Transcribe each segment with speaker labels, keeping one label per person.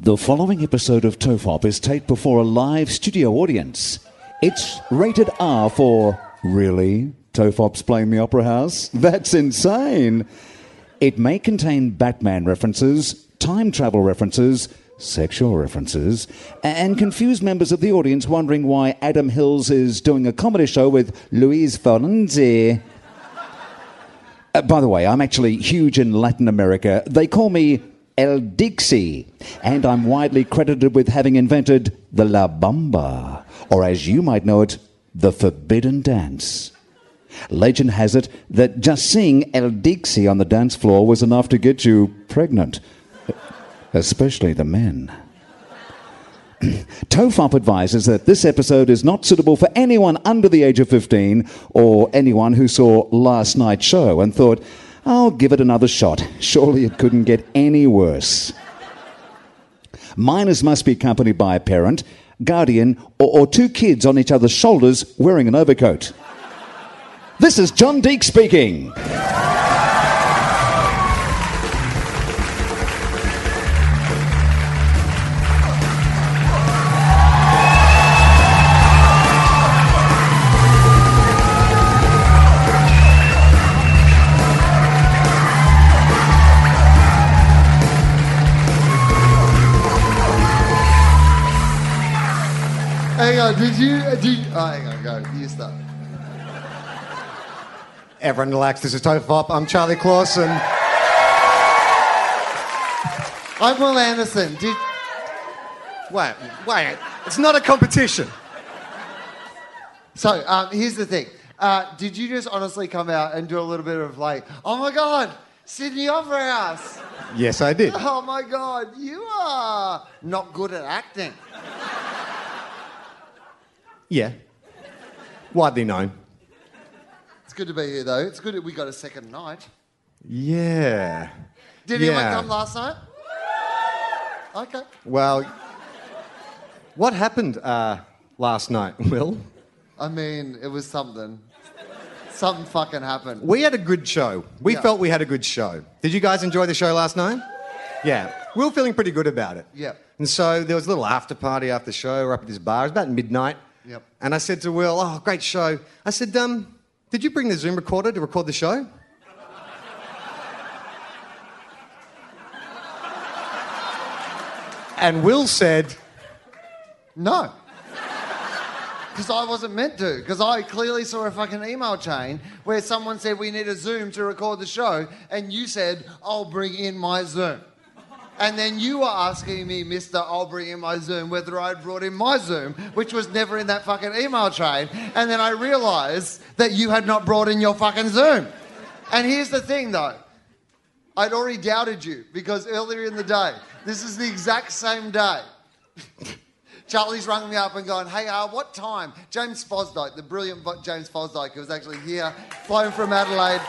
Speaker 1: The following episode of Tofop is taped before a live studio audience. It's rated R for really? Tofop's playing the Opera House? That's insane. It may contain Batman references, time travel references, sexual references, and confuse members of the audience wondering why Adam Hills is doing a comedy show with Louise Fonzi. Uh, by the way, I'm actually huge in Latin America. They call me El Dixie, and I'm widely credited with having invented the La Bamba, or as you might know it, the Forbidden Dance. Legend has it that just seeing El Dixie on the dance floor was enough to get you pregnant, especially the men. Tofop advises that this episode is not suitable for anyone under the age of 15 or anyone who saw last night's show and thought, I'll give it another shot. Surely it couldn't get any worse. Minors must be accompanied by a parent, guardian, or, or two kids on each other's shoulders wearing an overcoat. This is John Deek speaking.
Speaker 2: Hang on, did you? Did you oh, hang on, go. You start.
Speaker 3: Everyone relax. This is Tofop. I'm Charlie Clausen.
Speaker 2: I'm Will Anderson. Did
Speaker 3: Wait, wait. It's not a competition.
Speaker 2: so? Um, here's the thing. Uh, did you just honestly come out and do a little bit of like, oh my god, Sydney Opera House?
Speaker 3: Yes, I did.
Speaker 2: Oh my god, you are not good at acting.
Speaker 3: Yeah. Widely known.
Speaker 2: It's good to be here though. It's good that we got a second night.
Speaker 3: Yeah.
Speaker 2: Did anyone
Speaker 3: Yeah.
Speaker 2: come last night? Okay.
Speaker 3: Well, what happened uh, last night, Will?
Speaker 2: I mean, it was something. Something fucking happened.
Speaker 3: We had a good show. We
Speaker 2: Yeah.
Speaker 3: felt we had a good show. Did you guys enjoy the show last night? Yeah. We were feeling pretty good about it.
Speaker 2: Yeah.
Speaker 3: And so there was a little after party after the show. We're up at this bar. It was about midnight.
Speaker 2: Yep.
Speaker 3: And I said to Will, "Oh, great show." I said, um, "Did you bring the Zoom recorder to record the show?" and Will said,
Speaker 2: No. Because I wasn't meant to. Because I clearly saw a fucking email chain where someone said we need a Zoom to record the show, and you said I'll bring in my Zoom. And then you were asking me, Mister, I'll bring in my Zoom, whether I'd brought in my Zoom, which was never in that fucking email chain. And then I realised that you had not brought in your fucking Zoom. And here's the thing, though. I'd already doubted you because earlier in the day, this is the exact same day. Charlie's rung me up and gone, hey, uh, what time? James Fosdyke, the brilliant vo- James Fosdyke, who was actually here, flown from Adelaide,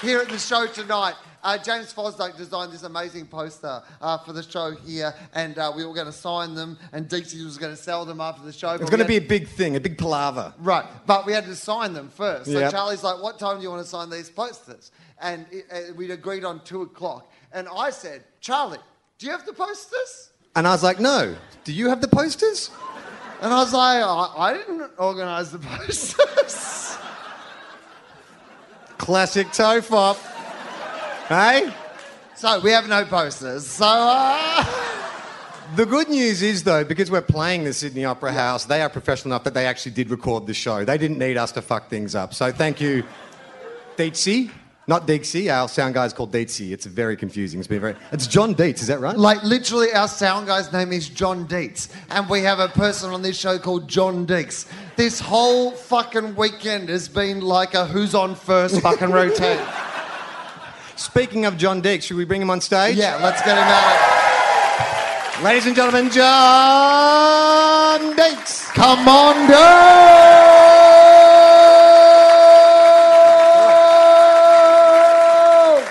Speaker 2: here at the show tonight. Uh, James Fosdyke designed this amazing poster uh, for the show here, and uh, we were going to sign them, and Dixie was going to sell them after the show.
Speaker 3: "It's going to be a big thing, a big palaver."
Speaker 2: Right, but we had to sign them first. So
Speaker 3: Yep.
Speaker 2: Charlie's like, "What time do you want to sign these posters?" And it, uh, we'd agreed on two o'clock. And I said, "Charlie, do you have the posters?"
Speaker 3: And I was like, "No. Do you have the posters?"
Speaker 2: And I was like, "I, I didn't organise the posters."
Speaker 3: Classic toe fop. hey?
Speaker 2: so we have no posters. So uh,
Speaker 3: The good news is, though, because we're playing the Sydney Opera House, they are professional enough that they actually did record the show. They didn't need us to fuck things up. So thank you, Deetsy. Not Dixie. Our sound guy's called Deetsy. It's very confusing. It's been very. It's John Dietz. Is that right?
Speaker 2: like literally, our sound guy's name is John Deeks, and we have a person on this show called John Deeks. This whole fucking weekend has been like a who's on first fucking routine.
Speaker 3: Speaking of John Dietz, should we bring him on stage?
Speaker 2: yeah, let's get him out.
Speaker 3: Ladies and gentlemen, John Dietz.
Speaker 2: Come on down!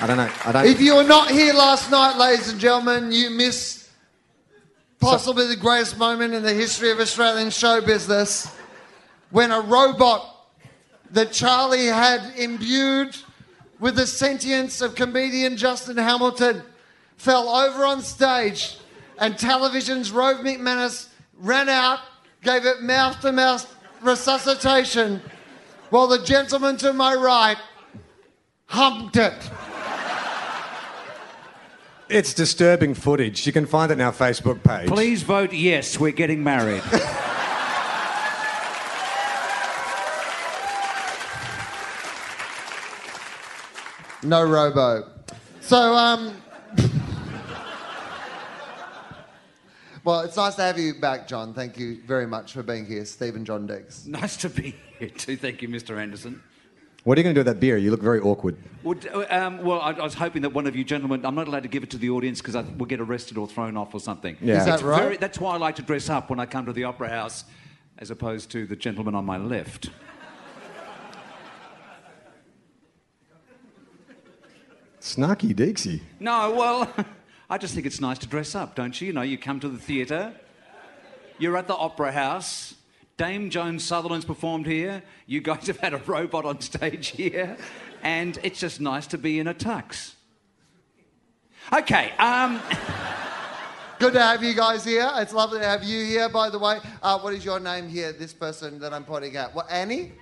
Speaker 3: I don't know. I don't.
Speaker 2: If you were not here last night, ladies and gentlemen, you missed possibly the greatest moment in the history of Australian show business when a robot that Charlie had imbued with the sentience of comedian Justin Hamilton fell over on stage, and television's Rove McManus ran out, gave it mouth to mouth resuscitation, while the gentleman to my right humped it.
Speaker 3: It's disturbing footage. You can find it on our Facebook page.
Speaker 4: Please vote yes, we're getting married.
Speaker 2: No robo. So, um. well, it's nice to have you back, John. Thank you very much for being here, Stephen John Diggs.
Speaker 4: nice to be here too. Thank you, Mr. Anderson.
Speaker 3: What are you going to do with that beer? You look very awkward.
Speaker 4: Would, um, well, I, I was hoping that one of you gentlemen, I'm not allowed to give it to the audience because I will get arrested or thrown off or something.
Speaker 3: Yeah.
Speaker 2: Is that
Speaker 4: It's
Speaker 2: right?
Speaker 4: very- that's why I like to dress up when I come to the Opera House as opposed to the gentleman on my left.
Speaker 3: Snarky Dixie.
Speaker 4: No, well, I just think it's nice to dress up, don't you? You know, you come to the theatre, you're at the Opera House. Dame Joan Sutherland's performed here. You guys have had a robot on stage here. And it's just nice to be in a tux. Okay, um,
Speaker 2: Good to have you guys here. It's lovely to have you here, by the way. Uh, what is your name here? This person that I'm pointing at. What, Annie?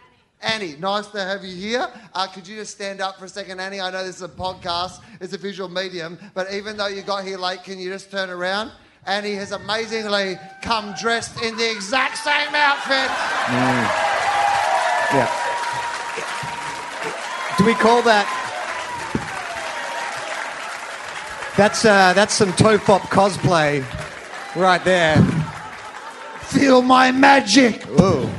Speaker 2: Annie, nice to have you here. Uh, could you just stand up for a second, Annie? I know this is a podcast, it's a visual medium, but even though you got here late, can you just turn around? Annie has amazingly come dressed in the exact same outfit.
Speaker 3: Yeah. Do we call that? That's uh, that's some tofop cosplay, right there.
Speaker 2: Feel my magic.
Speaker 3: Whoa.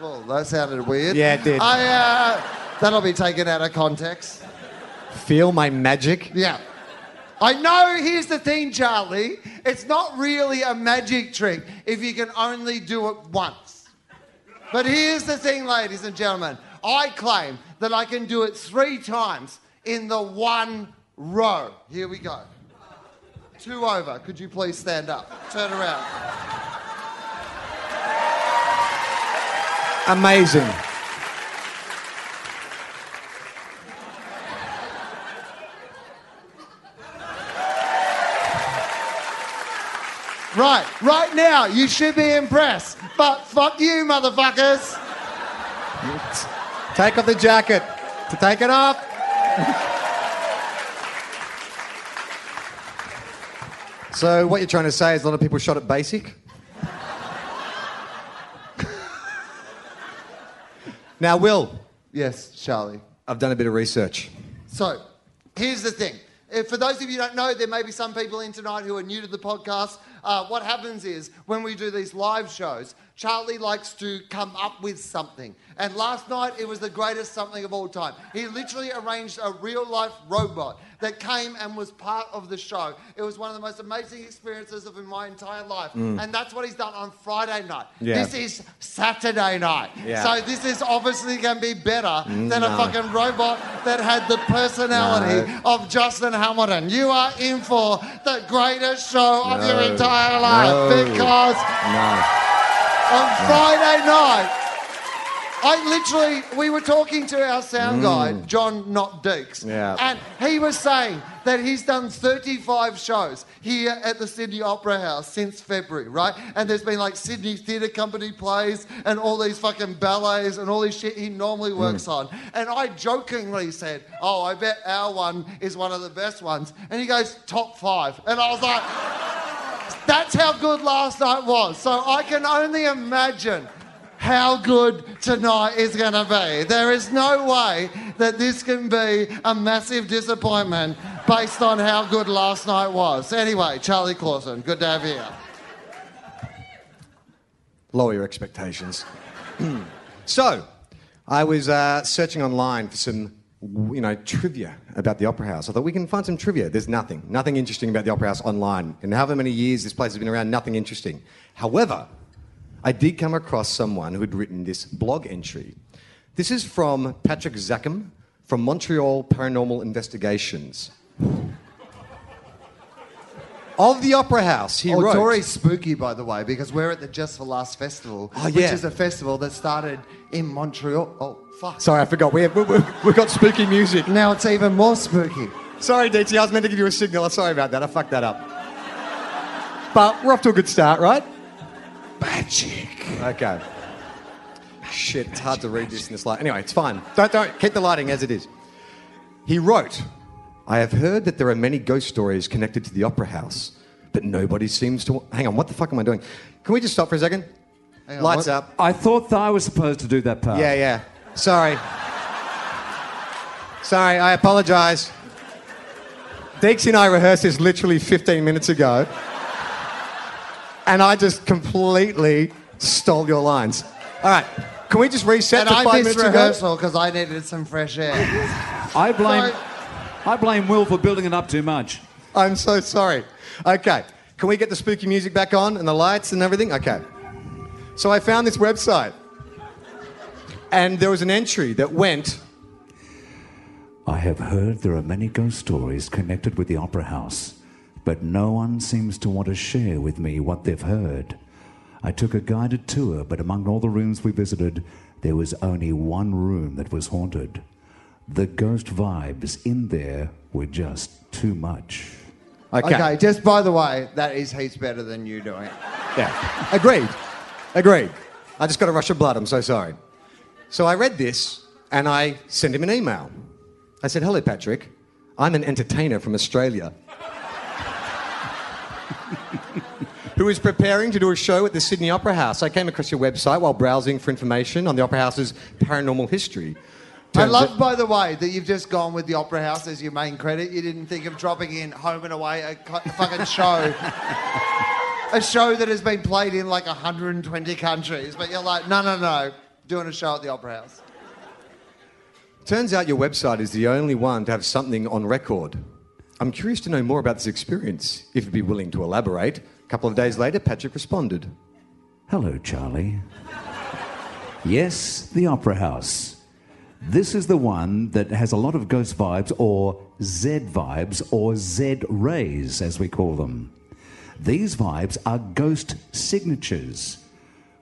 Speaker 2: Well, that sounded weird.
Speaker 3: Yeah, it did.
Speaker 2: I, uh, that'll be taken out of context.
Speaker 3: Feel my magic.
Speaker 2: Yeah. I know, here's the thing, Charlie. It's not really a magic trick if you can only do it once. But here's the thing, ladies and gentlemen. I claim that I can do it three times in the one row. Here we go. Two over. Could you please stand up? Turn around.
Speaker 3: Amazing.
Speaker 2: Right, right now, you should be impressed. But fuck you, motherfuckers.
Speaker 3: Take off the jacket. To take it off. so what you're trying to say is a lot of people shot at basic. now, Will,
Speaker 2: Yes, Charlie.
Speaker 3: I've done a bit of research.
Speaker 2: So, here's the thing. If, for those of you who don't know, there may be some people in tonight who are new to the podcast. Uh, what happens is when we do these live shows, Charlie likes to come up with something. And last night, it was the greatest something of all time. He literally arranged a real life robot that came and was part of the show. It was one of the most amazing experiences of my entire life. And that's what he's done on Friday night.
Speaker 3: Mm. Yeah.
Speaker 2: This is Saturday night.
Speaker 3: Yeah. Mm.
Speaker 2: So, this is obviously going to be better than a fucking robot that had the personality
Speaker 3: No.
Speaker 2: of Justin Hamilton. You are in for the greatest show of your
Speaker 3: No.
Speaker 2: entire life
Speaker 3: No.
Speaker 2: because
Speaker 3: No.
Speaker 2: on Friday night, I literally, we were talking to our sound guy, John Not Deeks,
Speaker 3: Yeah.
Speaker 2: and he was saying that he's done 35 shows here at the Sydney Opera House since February, right? And there's been like Sydney Theatre Company plays and all these fucking ballets and all this shit he normally works on. And I jokingly said, Oh, I bet our one is one of the best ones. And he goes, Top five. And I was like, that's how good last night was. So I can only imagine how good tonight is going to be. There is no way that this can be a massive disappointment based on how good last night was. Anyway, Charlie Clausen, good to have you. here.
Speaker 3: lower your expectations. so, I was uh, searching online for some, you know, trivia about the Opera House. I thought we can find some trivia. There's nothing, nothing interesting about the Opera House online. In however many years this place has been around, nothing interesting. However, I did come across someone who had written this blog entry. This is from Patrick Zackham from Montreal Paranormal Investigations. Of the Opera House, he
Speaker 2: Oh,
Speaker 3: wrote.
Speaker 2: it's already spooky, by the way, because we're at the Just for Last Festival,
Speaker 3: Oh,
Speaker 2: which
Speaker 3: yeah.
Speaker 2: is a festival that started in Montreal. Oh, fuck.
Speaker 3: Sorry, I forgot. We have, we, we, we've got spooky music.
Speaker 2: Now it's even more spooky.
Speaker 3: Sorry, DT, I was meant to give you a signal. I'm sorry about that. I fucked that up. But we're off to a good start, right?
Speaker 1: Magic.
Speaker 3: Okay. Shit, it's hard to read this in this light. Anyway, it's fine. Don't, don't. Keep the lighting as it is. He wrote, I have heard that there are many ghost stories connected to the Opera House, but nobody seems to. Hang on, what the fuck am I doing? Can we just stop for a second?
Speaker 2: Hang on,
Speaker 3: Lights
Speaker 2: what-
Speaker 3: up.
Speaker 4: I thought that I was supposed to do that part.
Speaker 2: Oh.
Speaker 3: Yeah, yeah. Sorry. Sorry, I apologize. Deeks and I rehearsed this literally 15 minutes ago. And I just completely stole your lines. All right. Can we just reset
Speaker 2: And
Speaker 3: to
Speaker 2: I
Speaker 3: five
Speaker 2: missed
Speaker 3: minutes ago?
Speaker 2: rehearsal because I needed some fresh air.
Speaker 4: I blame,
Speaker 2: Sorry.
Speaker 4: I blame Will for building it up too much.
Speaker 3: I'm so sorry. Okay. Can we get the spooky music back on and the lights and everything? Okay. So I found this website. And there was an entry that went
Speaker 1: I have heard there are many ghost stories connected with the Opera House, but no one seems to want to share with me what they've heard. I took a guided tour, but among all the rooms we visited, there was only one room that was haunted. The ghost vibes in there were just too much.
Speaker 2: Okay. just by the way, that is heaps better than you doing it.
Speaker 3: Yeah. Agreed. Agreed. I just got a rush of blood. I'm so sorry. So I read this and I sent him an email. I said, Hello, Patrick. I'm an entertainer from Australia who is preparing to do a show at the Sydney Opera House. I came across your website while browsing for information on the Opera House's paranormal history.
Speaker 2: I
Speaker 3: Turns
Speaker 2: love,
Speaker 3: out-
Speaker 2: by the way, that you've just gone with the Opera House as your main credit. You didn't think of dropping in Home and Away, a cu- fucking show. a show that has been played in like 120 countries. But you're like, no, no, no, doing a show at the Opera House.
Speaker 3: Turns out your website is the only one to have something on record. I'm curious to know more about this experience, if you'd be willing to elaborate. A couple of days later, Patrick responded.
Speaker 1: Hello, Charlie. yes, the Opera House. This is the one that has a lot of ghost vibes, or Z vibes, or Z rays, as we call them. These vibes are ghost signatures.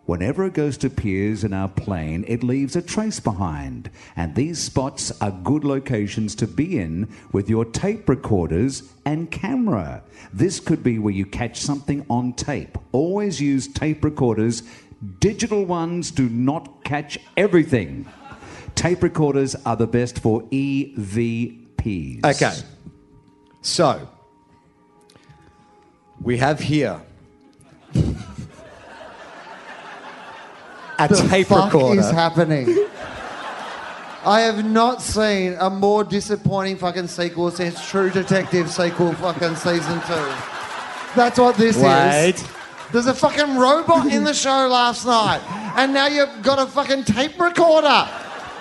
Speaker 1: Whenever a ghost appears in our plane, it leaves a trace behind, and these spots are good locations to be in with your tape recorders and camera. This could be where you catch something on tape. Always use tape recorders. Digital ones do not catch everything. Tape recorders are the best for E EVPs.
Speaker 3: Okay. So, we have here a tape
Speaker 2: fuck
Speaker 3: recorder.
Speaker 2: is happening? I have not seen a more disappointing fucking sequel since True Detective sequel fucking season two. That's what this
Speaker 3: Wait.
Speaker 2: is. There's a fucking robot in the show last night, and now you've got a fucking tape recorder.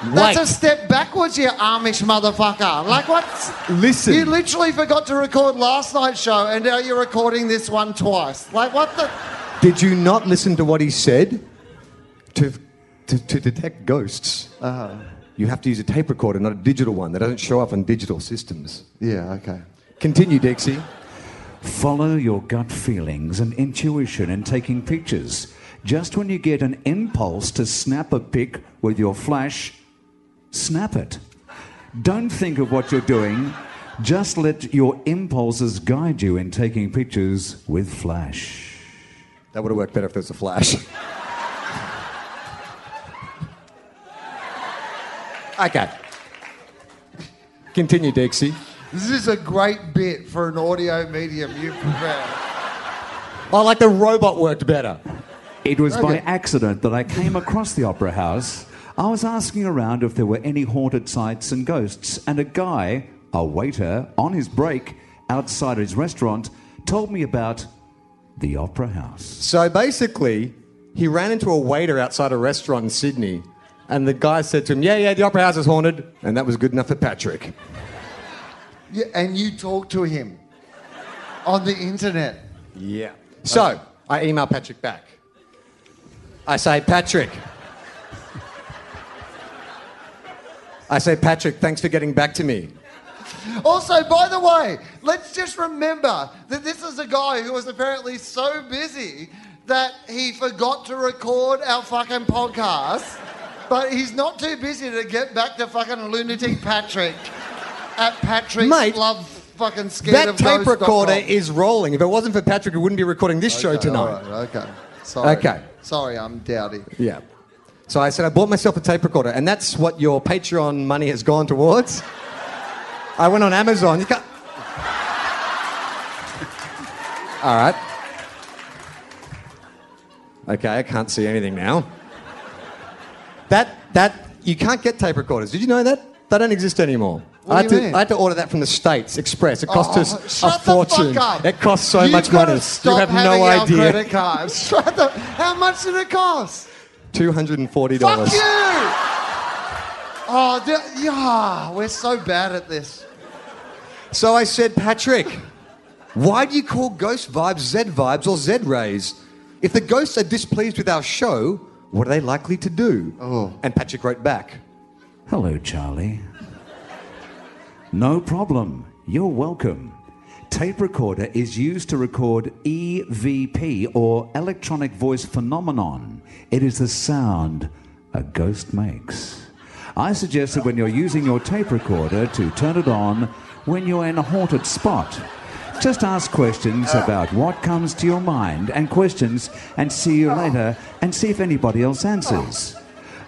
Speaker 2: That's
Speaker 3: Wait.
Speaker 2: a step backwards, you Amish motherfucker. Like what's
Speaker 3: Listen.
Speaker 2: You literally forgot to record last night's show, and now you're recording this one twice. Like what the?
Speaker 3: Did you not listen to what he said? To, to, to detect ghosts,
Speaker 2: Uh-huh.
Speaker 3: you have to use a tape recorder, not a digital one that doesn't show up on digital systems.
Speaker 2: Yeah. Okay.
Speaker 3: Continue, Dixie.
Speaker 1: Follow your gut feelings and intuition in taking pictures. Just when you get an impulse to snap a pic with your flash, snap it. Don't think of what you're doing. Just let your impulses guide you in taking pictures with flash.
Speaker 3: That would have worked better if there was a flash. okay. Continue, Dixie.
Speaker 2: This is a great bit for an audio medium you prepared.
Speaker 3: Oh, like the robot worked better.
Speaker 1: It was by
Speaker 2: Okay.
Speaker 1: accident that I came across the Opera House. I was asking around if there were any haunted sites and ghosts, and a guy, a waiter, on his break outside his restaurant, told me about the Opera House.
Speaker 3: So basically, he ran into a waiter outside a restaurant in Sydney, and the guy said to him, Yeah, yeah, the opera house is haunted. And that was good enough for Patrick.
Speaker 2: Yeah, and you talk to him on the internet.
Speaker 3: Yeah. So I email Patrick back. I say, Patrick. I say, Patrick, thanks for getting back to me.
Speaker 2: Also, by the way, let's just remember that this is a guy who was apparently so busy that he forgot to record our fucking podcast. But he's not too busy to get back to fucking lunatic Patrick at Patrick's
Speaker 3: Mate,
Speaker 2: Love fucking scared
Speaker 3: That
Speaker 2: of
Speaker 3: tape
Speaker 2: Ghosts dot com.
Speaker 3: recorder is rolling. If it wasn't for Patrick, we wouldn't be recording this show
Speaker 2: Okay, all
Speaker 3: tonight.
Speaker 2: right, okay. Sorry.
Speaker 3: Okay.
Speaker 2: Sorry, I'm dowdy.
Speaker 3: Yeah. So I said, I bought myself a tape recorder, and that's what your Patreon money has gone towards. I went on Amazon. You can't... All right. Okay, I can't see anything now. That that you can't get tape recorders. Did you know that? They don't exist anymore.
Speaker 2: What
Speaker 3: I,
Speaker 2: do you
Speaker 3: had to,
Speaker 2: mean?
Speaker 3: I had to order that from the States Express. It cost
Speaker 2: Oh,
Speaker 3: us a
Speaker 2: shut the fuck
Speaker 3: fortune.
Speaker 2: up.
Speaker 3: It cost so
Speaker 2: You've
Speaker 3: much
Speaker 2: gotta
Speaker 3: money.
Speaker 2: Stop
Speaker 3: you have
Speaker 2: having
Speaker 3: no
Speaker 2: our
Speaker 3: idea.
Speaker 2: Credit cards. Shut the, how much did it cost?
Speaker 3: Two hundred and forty
Speaker 2: Fuck
Speaker 3: dollars.
Speaker 2: you! Oh, the- yeah, we're so bad at this.
Speaker 3: So I said, Patrick, why do you call ghost vibes Z vibes or Z rays? If the ghosts are displeased with our show, what are they likely to do?
Speaker 2: Oh.
Speaker 3: And Patrick wrote back,
Speaker 1: Hello, Charlie. No problem. You're welcome. Tape recorder is used to record EVP or electronic voice phenomenon. It is the sound a ghost makes. I suggest that when you're using your tape recorder to turn it on when you're in a haunted spot. Just ask questions about what comes to your mind and questions and see you later and see if anybody else answers.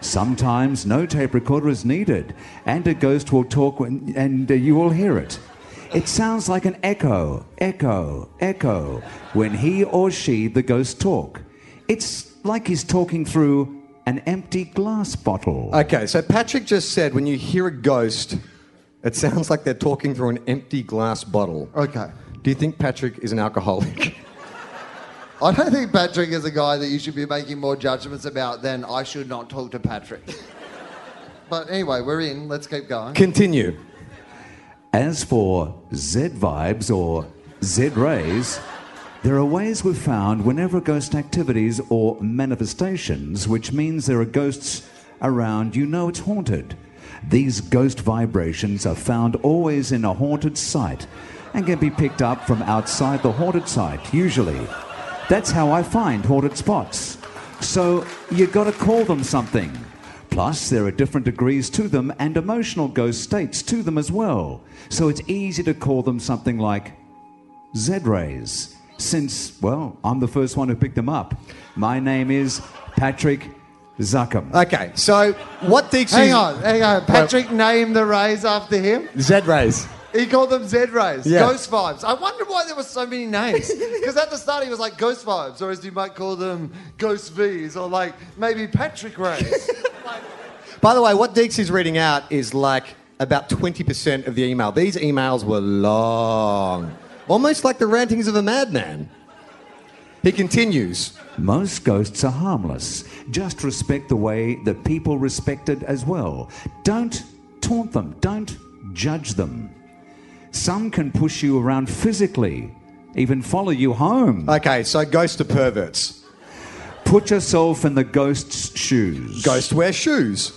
Speaker 1: Sometimes no tape recorder is needed, and a ghost will talk when, and uh, you will hear it. It sounds like an echo, echo, echo when he or she, the ghost, talk. It's like he's talking through an empty glass bottle.
Speaker 3: okay, so Patrick just said, when you hear a ghost, it sounds like they're talking through an empty glass bottle.
Speaker 2: Okay.
Speaker 3: Do you think Patrick is an alcoholic?
Speaker 2: I don't think Patrick is a guy that you should be making more judgments about than I should not talk to Patrick. but anyway, we're in. Let's keep going.
Speaker 3: Continue.
Speaker 1: As for Z vibes or Z rays, there are ways we've found whenever ghost activities or manifestations, which means there are ghosts around, you know it's haunted. These ghost vibrations are found always in a haunted site and can be picked up from outside the haunted site, usually. That's how I find haunted spots. So you gotta call them something. Plus, there are different degrees to them and emotional ghost states to them as well. So it's easy to call them something like Z rays, since, well, I'm the first one who picked them up. My name is Patrick Zuckham.
Speaker 3: Okay, so what Dixie?
Speaker 2: Hang on, hang on. Patrick named the Rays after him.
Speaker 3: Z rays.
Speaker 2: He called them Z Rays,
Speaker 3: Yeah.
Speaker 2: Ghost Vibes. I wonder why there were so many names. Because at the start he was like Ghost Vibes, or as you might call them, Ghost Vs, or like maybe Patrick Rays.
Speaker 3: By the way, what Dixie's reading out is like about 20% of the email. These emails were long, almost like the rantings of a madman. He continues.
Speaker 1: Most ghosts are harmless. Just respect the way that people respected as well. Don't taunt them, don't judge them. Some can push you around physically, even follow you home.
Speaker 3: Okay, so ghosts are perverts.
Speaker 1: Put yourself in the ghost's shoes.
Speaker 3: Ghosts wear shoes.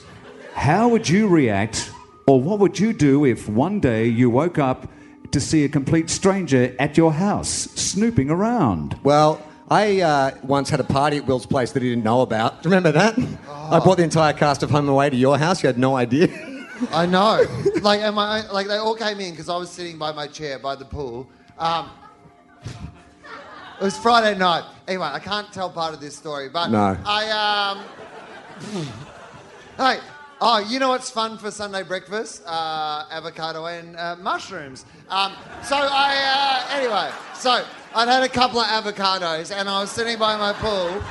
Speaker 1: How would you react, or what would you do if one day you woke up to see a complete stranger at your house snooping around?
Speaker 3: Well, I uh, once had a party at Will's place that he didn't know about. Remember that? I brought the entire cast of Home and Away to your house. You had no idea.
Speaker 2: I know. Like, and my, like they all came in because I was sitting by my chair by the pool. Um, it was Friday night. Anyway, I can't tell part of this story, but
Speaker 3: No.
Speaker 2: I um, Hey, oh, you know what's fun for Sunday breakfast? Uh, avocado and uh, mushrooms. Um, so I, uh, anyway, so I'd had a couple of avocados and I was sitting by my pool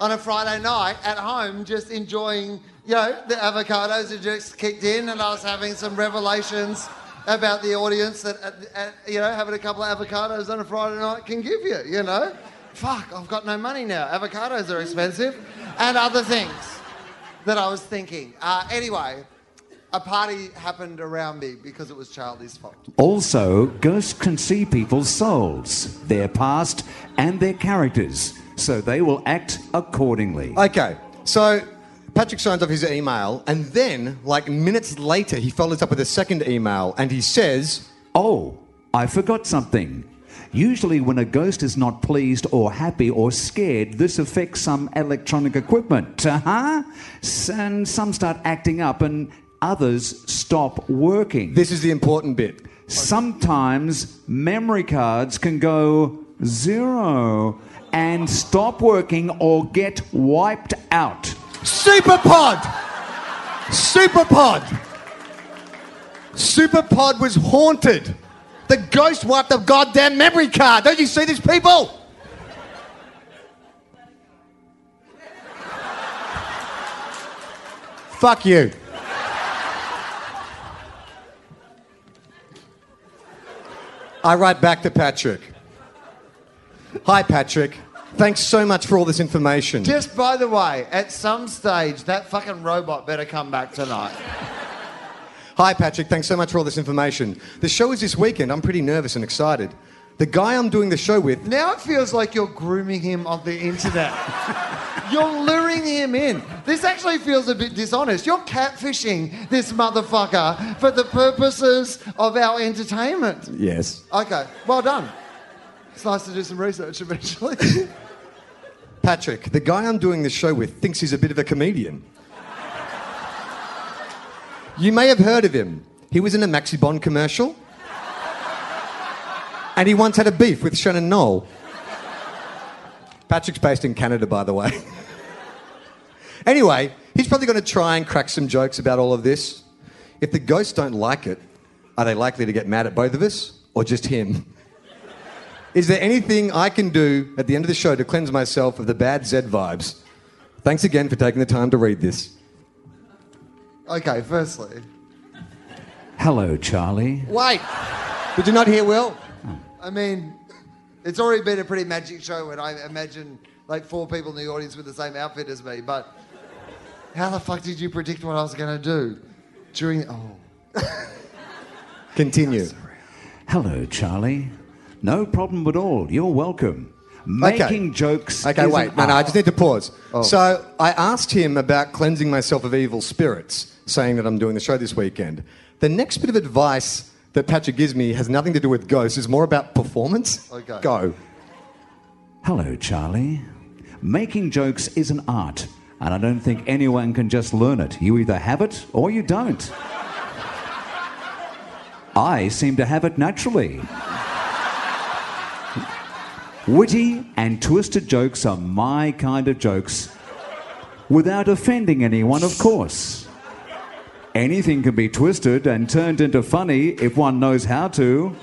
Speaker 2: on a Friday night at home, just enjoying, you know, the avocados had just kicked in and I was having some revelations about the audience that, uh, uh, you know, having a couple of avocados on a Friday night can give you, you know. Fuck, I've got no money now. Avocados are expensive and other things that I was thinking. Uh, anyway, a party happened around me because it was Charlie's fault.
Speaker 1: Also, ghosts can see people's souls, their past, and their characters, so they will act accordingly.
Speaker 3: Okay, so Patrick signs off his email, and then, like minutes later, he follows up with a second email, and he says,
Speaker 1: Oh, I forgot something. Usually, when a ghost is not pleased or happy or scared, this affects some electronic equipment. Uh huh. And some start acting up and others stop working.
Speaker 3: This is the important bit.
Speaker 1: Sometimes memory cards can go zero and stop working or get wiped out.
Speaker 3: Superpod! Superpod! Superpod was haunted. The ghost wiped the goddamn memory card. Don't you see these people? Fuck you. I write back to Patrick. Hi, Patrick. Thanks so much for all this information.
Speaker 2: Just by the way, at some stage, that fucking robot better come back tonight.
Speaker 3: Hi, Patrick. Thanks so much for all this information. The show is this weekend. I'm pretty nervous and excited. The guy I'm doing the show with,
Speaker 2: Now it feels like you're grooming him on the internet. you're luring him in. This actually feels a bit dishonest. You're catfishing this motherfucker for the purposes of our entertainment.
Speaker 3: yes,
Speaker 2: Okay, well done. It's nice to do some research eventually.
Speaker 3: Patrick, the guy I'm doing the show with thinks he's a bit of a comedian. you may have heard of him. He was in a Maxi Bond commercial, and he once had a beef with Shannon Knoll. Patrick's based in Canada, by the way. anyway, he's probably going to try and crack some jokes about all of this. If the ghosts don't like it, are they likely to get mad at both of us or just him? Is there anything I can do at the end of the show to cleanse myself of the bad Zed vibes? Thanks again for taking the time to read this.
Speaker 2: okay, firstly,
Speaker 1: Hello, Charlie.
Speaker 3: Wait! Did you not hear Will?
Speaker 2: I mean, it's already been a pretty magic show when I imagine like four people in the audience with the same outfit as me, but how the fuck did you predict what I was gonna do during. Oh.
Speaker 3: Continue.
Speaker 1: Hello, Charlie. No problem at all. You're welcome. Making jokes.
Speaker 3: Okay,
Speaker 1: is
Speaker 3: wait.
Speaker 1: an
Speaker 3: No, no, I
Speaker 1: art.
Speaker 3: just need to pause.
Speaker 2: Oh.
Speaker 3: So I asked him about cleansing myself of evil spirits, saying that I'm doing the show this weekend. The next bit of advice that Patrick gives me has nothing to do with ghosts, it's more about performance.
Speaker 2: Okay.
Speaker 3: Go.
Speaker 1: Hello, Charlie. Making jokes is an art, and I don't think anyone can just learn it. You either have it or you don't. I seem to have it naturally. Witty and twisted jokes are my kind of jokes, without offending anyone, of course. Anything can be twisted and turned into funny if one knows how to.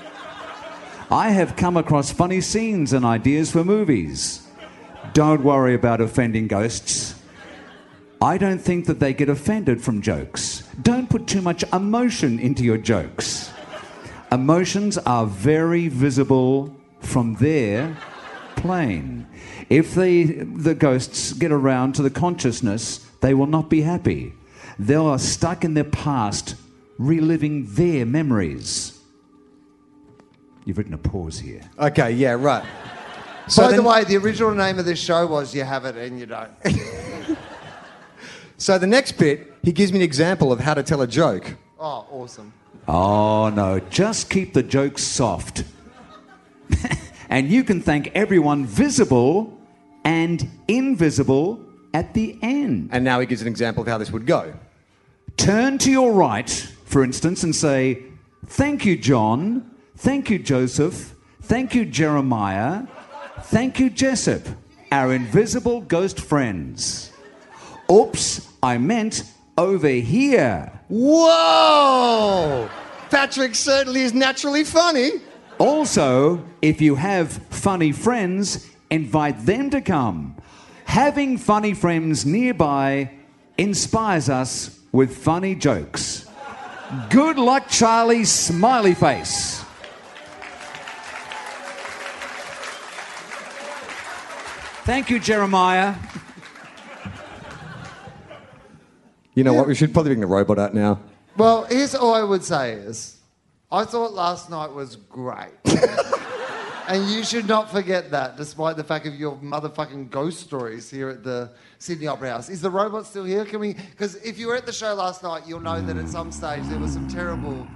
Speaker 1: I have come across funny scenes and ideas for movies. Don't worry about offending ghosts. I don't think that they get offended from jokes. Don't put too much emotion into your jokes. Emotions are very visible from their plane. If they, the ghosts get around to the consciousness, they will not be happy. They are stuck in their past, reliving their memories. You've written a pause here.
Speaker 3: Okay, yeah, right.
Speaker 2: By
Speaker 3: then-
Speaker 2: the way, the original name of this show was You Have It and You Don't.
Speaker 3: So the next bit, he gives me an example of how to tell a joke.
Speaker 2: Oh, awesome.
Speaker 1: Oh no, just keep the jokes soft. and you can thank everyone visible and invisible at the end.
Speaker 3: And now he gives an example of how this would go.
Speaker 1: Turn to your right, for instance, and say, Thank you, John. Thank you, Joseph. Thank you, Jeremiah. Thank you, Jessup, our invisible ghost friends. Oops, I meant over here.
Speaker 3: Whoa! Patrick certainly is naturally funny.
Speaker 1: Also, if you have funny friends, invite them to come. Having funny friends nearby inspires us with funny jokes. Good luck, Charlie, smiley face. Thank you, Jeremiah.
Speaker 3: You know what? We should probably bring the robot out now.
Speaker 2: Well, here's all I would say is I thought last night was great. and you should not forget that, despite the fact of your motherfucking ghost stories here at the Sydney Opera House. Is the robot still here? Can we? Because if you were at the show last night, you'll know that at some stage there was some terrible.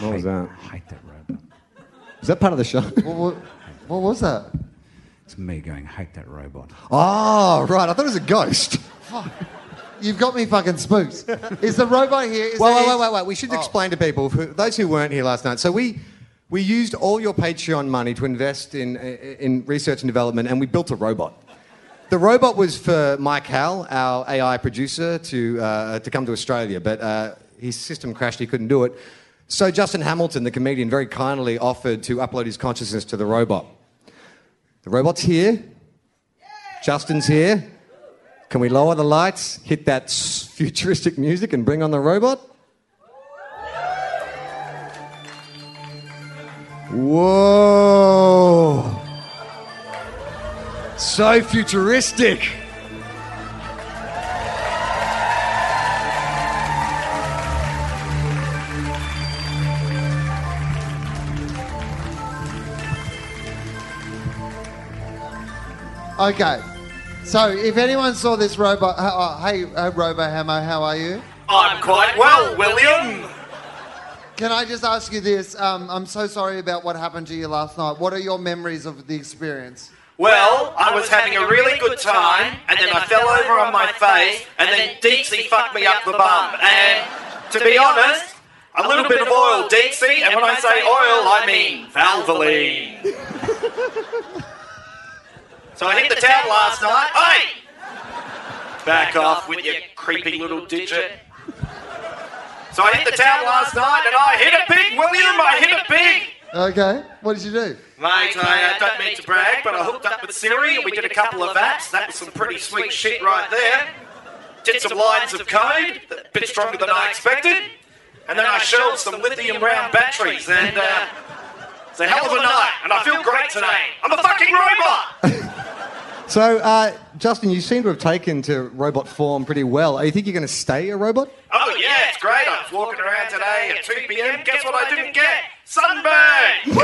Speaker 3: What was that?
Speaker 4: I hate that robot.
Speaker 3: Is that part of the show?
Speaker 2: What, what, what was that?
Speaker 4: It's me going, hate that robot.
Speaker 3: oh, right. I thought it was a ghost.
Speaker 2: You've got me fucking spooked. Is the robot here? Is
Speaker 3: Well,
Speaker 2: there-
Speaker 3: wait, wait, wait, wait. We should
Speaker 2: Oh.
Speaker 3: explain to people, who, those who weren't here last night. So we, we used all your Patreon money to invest in, in research and development, and we built a robot. The robot was for Mike Howell, our AI producer, to, uh, to come to Australia, but uh, his system crashed, he couldn't do it. So Justin Hamilton, the comedian, very kindly offered to upload his consciousness to the robot. The robot's here. Justin's here. Can we lower the lights, hit that s- futuristic music, and bring on the robot? Whoa! So futuristic!
Speaker 2: Okay. So, if anyone saw this robot, uh, uh, hey, uh, Robo Hammer, how are you?
Speaker 5: I'm quite well, William.
Speaker 2: Can I just ask you this? Um, I'm so sorry about what happened to you last night. What are your memories of the experience?
Speaker 5: Well, I was having a really good time, and then I fell over on my face, and then Dixie fucked me up the bum. And to be honest, a little bit of oil, Dixie, and when I say oil, I mean Valvoline. So I hit the towel last night. Oi! Back off with your creepy little digit. So I hit the towel last night, and I hit it big, William. I hit it big.
Speaker 2: Okay. What did you do?
Speaker 5: Mate, I uh, don't mean to brag, but I hooked up with Siri and we did a couple of apps. That was some pretty sweet shit right there. Did some lines of code, a bit stronger than I expected. And then I shelved some lithium round batteries and uh, it's a hell of a night and I feel great today. I'm a fucking robot!
Speaker 3: So, uh, Justin, you seem to have taken to robot form pretty well. Are you think you're going to stay a robot?
Speaker 5: Oh yeah, it's great. I was walking around today at 2 pm. Guess what I didn't get? Sunburn!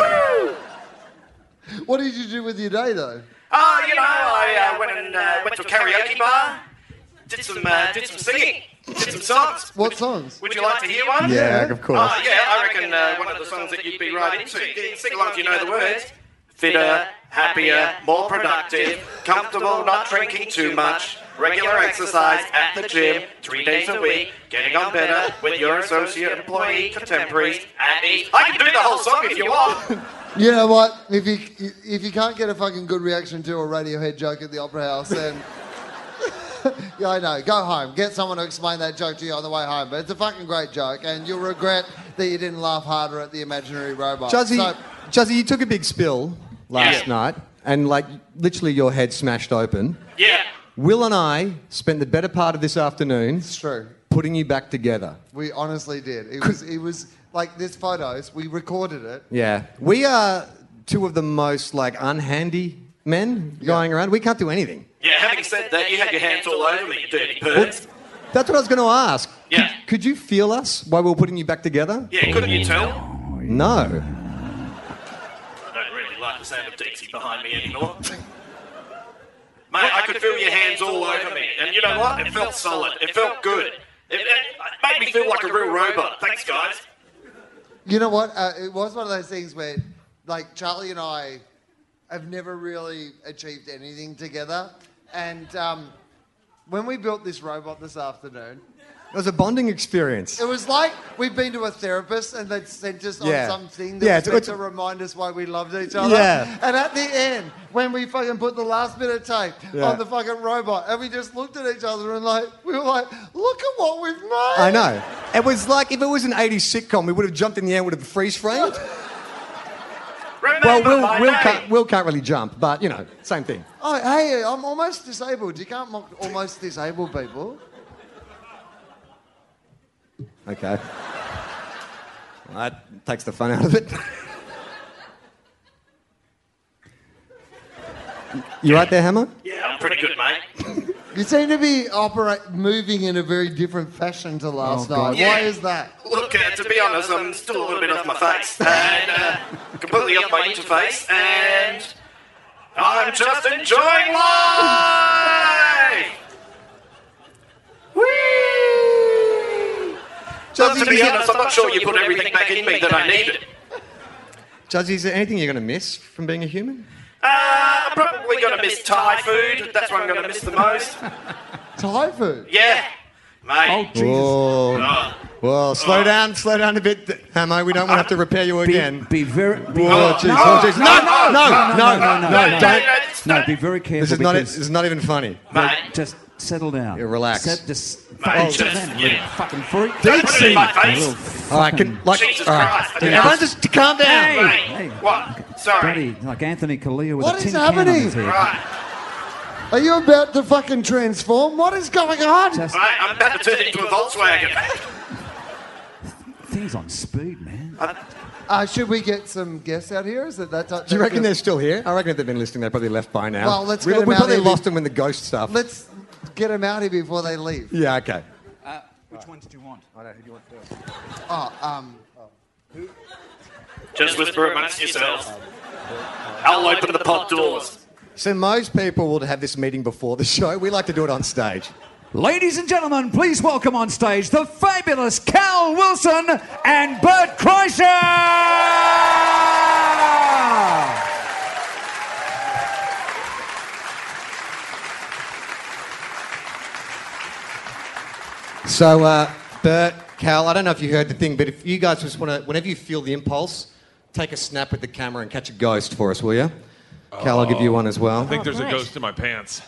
Speaker 2: What did you do with your day, though?
Speaker 5: Oh, you know, I uh, went and uh, went to a karaoke bar, did some, uh, did some singing, did some songs.
Speaker 2: What songs?
Speaker 5: Would you like to hear one?
Speaker 3: Yeah, of course.
Speaker 5: Oh, yeah, I reckon uh, one of the songs that you'd be right into. You Sing along if you know the words. Fitter, happier, more productive, comfortable not drinking too much, regular exercise at the gym, three days a week, getting on better with your associate employee contemporaries at ease. I can do the whole song if you want.
Speaker 2: You know what? If you if you can't get a fucking good reaction to a Radiohead joke at the Opera House, then yeah, I know. Go home. Get someone to explain that joke to you on the way home. But it's a fucking great joke, and you'll regret that you didn't laugh harder at the imaginary robot.
Speaker 3: Juzzy,
Speaker 2: So-
Speaker 3: Juzzy, you took a big spill last
Speaker 5: Yeah.
Speaker 3: night, and like literally your head smashed open.
Speaker 5: Yeah.
Speaker 3: Will and I spent the better part of this afternoon
Speaker 2: it's true.
Speaker 3: putting you back together.
Speaker 2: We honestly did. It was it was like this photos. We recorded it.
Speaker 3: Yeah, we are two of the most like unhandy men going around. We can't do anything.
Speaker 5: Yeah, having said that, you had your hands all over me, you dirty birds.
Speaker 3: That's what I was going to ask.
Speaker 5: Yeah.
Speaker 3: Could, could you feel us while we were putting you back together?
Speaker 5: Yeah, couldn't you tell?
Speaker 3: No.
Speaker 5: I don't really like the sound of Dixie behind me anymore. Mate, I could feel your hands all over me, and you know what? It felt solid. It felt good. It, it, it made me feel like a real robot. Thanks, guys.
Speaker 2: You know what? Uh, it was one of those things where, like, Charlie and I have never really achieved anything together. And um, when we built this robot this afternoon,
Speaker 3: It was a bonding experience.
Speaker 2: it was like we've been to a therapist and they sent us
Speaker 3: Yeah.
Speaker 2: on something that
Speaker 3: Yeah,
Speaker 2: was
Speaker 3: it's-
Speaker 2: meant to
Speaker 3: it's-
Speaker 2: remind us why we loved each other.
Speaker 3: Yeah.
Speaker 2: And at the end, when we fucking put the last bit of tape
Speaker 3: Yeah.
Speaker 2: on the fucking robot, and we just looked at each other and like we were like, look at what we've made.
Speaker 3: I know. It was like if it was an 80s sitcom, we would have jumped in the air, would have freeze framed.
Speaker 5: Remember
Speaker 3: Well,
Speaker 5: my
Speaker 3: Will, Will,
Speaker 5: name.
Speaker 3: can't, Will can't really jump, but you know, same thing.
Speaker 2: Oh, hey, I'm almost disabled. You can't mock almost disabled people.
Speaker 3: Okay. Well, that takes the fun out of it. You right there, Hammer?
Speaker 5: Yeah, I'm pretty good, mate.
Speaker 2: You seem to be operate, moving in a very different fashion to
Speaker 3: Oh,
Speaker 2: last night.
Speaker 5: Yeah.
Speaker 2: Why is that?
Speaker 5: Look, uh, to be honest, I'm still a little bit off my face and uh, completely off my interface, and I'm just enjoying life. Whee!
Speaker 3: Justin,
Speaker 5: Well, to be honest, I'm not sure you put everything back in me that I needed.
Speaker 3: Judge, is there anything you're going to miss from being a human?
Speaker 5: Uh, I'm probably going to miss Thai food. That's what I'm going to miss the most.
Speaker 2: Thai food.
Speaker 5: Yeah,
Speaker 4: Oh,
Speaker 5: mate.
Speaker 4: Jesus.
Speaker 3: Oh. Well, slow down, slow down a bit, Hamo. We don't want to have to repair you
Speaker 4: Be,
Speaker 3: again.
Speaker 4: be very. Be,
Speaker 3: Oh, jeez. Oh, jeez. No, no, no, no,
Speaker 1: Oh,
Speaker 3: no,
Speaker 4: no,
Speaker 3: no,
Speaker 4: no.
Speaker 3: don't.
Speaker 4: no, be very careful.
Speaker 3: This is not. e-,
Speaker 4: because-
Speaker 3: This is not even funny.
Speaker 5: Mate.
Speaker 4: Just settle down.
Speaker 3: Yeah, relax.
Speaker 4: Set, just
Speaker 5: Mate,
Speaker 4: fucking settle
Speaker 5: just-
Speaker 4: down, you little
Speaker 5: yeah.
Speaker 4: fucking freak.
Speaker 5: Don't put it in my face.
Speaker 4: Little
Speaker 3: All right, can, like,
Speaker 5: Jesus
Speaker 3: all right.
Speaker 5: Christ. I mean,
Speaker 3: Everyone
Speaker 5: that's-
Speaker 3: just calm down.
Speaker 4: Hey.
Speaker 5: Mate, what? Sorry.
Speaker 4: Buddy, like Anthony Kalia with
Speaker 2: What
Speaker 4: a
Speaker 2: is
Speaker 4: tin can on his
Speaker 2: happening?
Speaker 4: head.
Speaker 5: Right,
Speaker 2: Are you about to fucking transform? What is going on?
Speaker 4: Just
Speaker 5: right. I'm about to turn it into a Volkswagen.
Speaker 4: things on speed, man.
Speaker 2: Uh, should we get some guests out here? Is it that type?
Speaker 3: Do you reckon they're still here? I reckon if they've been listening, they probably left by now.
Speaker 2: Well, let's
Speaker 3: we,
Speaker 2: get
Speaker 3: we
Speaker 2: them out
Speaker 3: probably
Speaker 2: here.
Speaker 3: lost them in the ghost stuff.
Speaker 2: Let's get them out here before they leave.
Speaker 3: yeah, okay.
Speaker 4: Which ones do you want?
Speaker 2: Oh, um,
Speaker 5: Just whisper amongst yourselves. I'll open the pod doors.
Speaker 3: So most people will have this meeting before the show. We like to do it on stage.
Speaker 4: Ladies and gentlemen, please welcome on stage the fabulous Cal Wilson and Bert Kreischer!
Speaker 3: So, uh, Bert, Cal, I don't know if you heard the thing, but if you guys just want to, whenever you feel the impulse, take a snap at the camera and catch a ghost for us, will you? Cal, I'll give you one as well.
Speaker 6: I think there's a ghost in my pants.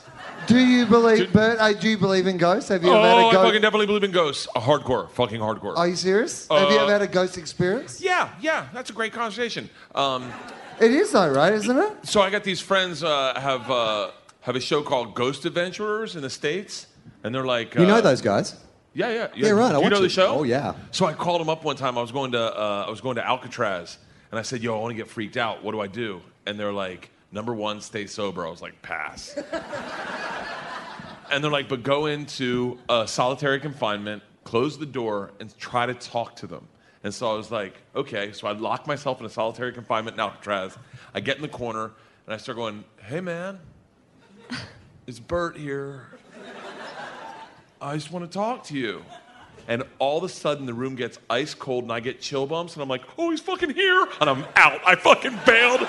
Speaker 2: do you believe, Bert? I do you believe in ghosts? Have you
Speaker 6: Oh,
Speaker 2: ever had a
Speaker 6: I
Speaker 2: ghost?
Speaker 6: fucking definitely believe in ghosts. A hardcore, fucking hardcore.
Speaker 2: Are you serious? Have you
Speaker 6: Uh,
Speaker 2: ever had a ghost experience?
Speaker 6: yeah, yeah, that's a great conversation. Um,
Speaker 2: It is though, right? Isn't it?
Speaker 6: so I got these friends uh, have uh, have a show called Ghost Adventurers in the states, and they're like,
Speaker 3: You know
Speaker 6: uh,
Speaker 3: those guys?
Speaker 6: Yeah, yeah,
Speaker 3: Yeah, right, I
Speaker 6: You
Speaker 3: watch
Speaker 6: know the
Speaker 3: it.
Speaker 6: show?
Speaker 3: Oh, yeah.
Speaker 6: So I called him up one time. I was going to uh, I was going to Alcatraz, and I said, "Yo, I want to get freaked out. What do I do?" And they're like, "Number one, stay sober." I was like, "Pass." and they're like, "But go into uh, solitary confinement, close the door, and try to talk to them." And so I was like, "Okay." So I locked myself in a solitary confinement in Alcatraz. I get in the corner and I start going, "Hey, man, it's Bert here." I just want to talk to you. And all of a sudden, the room gets ice cold, and I get chill bumps, and I'm like, oh, he's fucking here. And I'm out. I fucking bailed.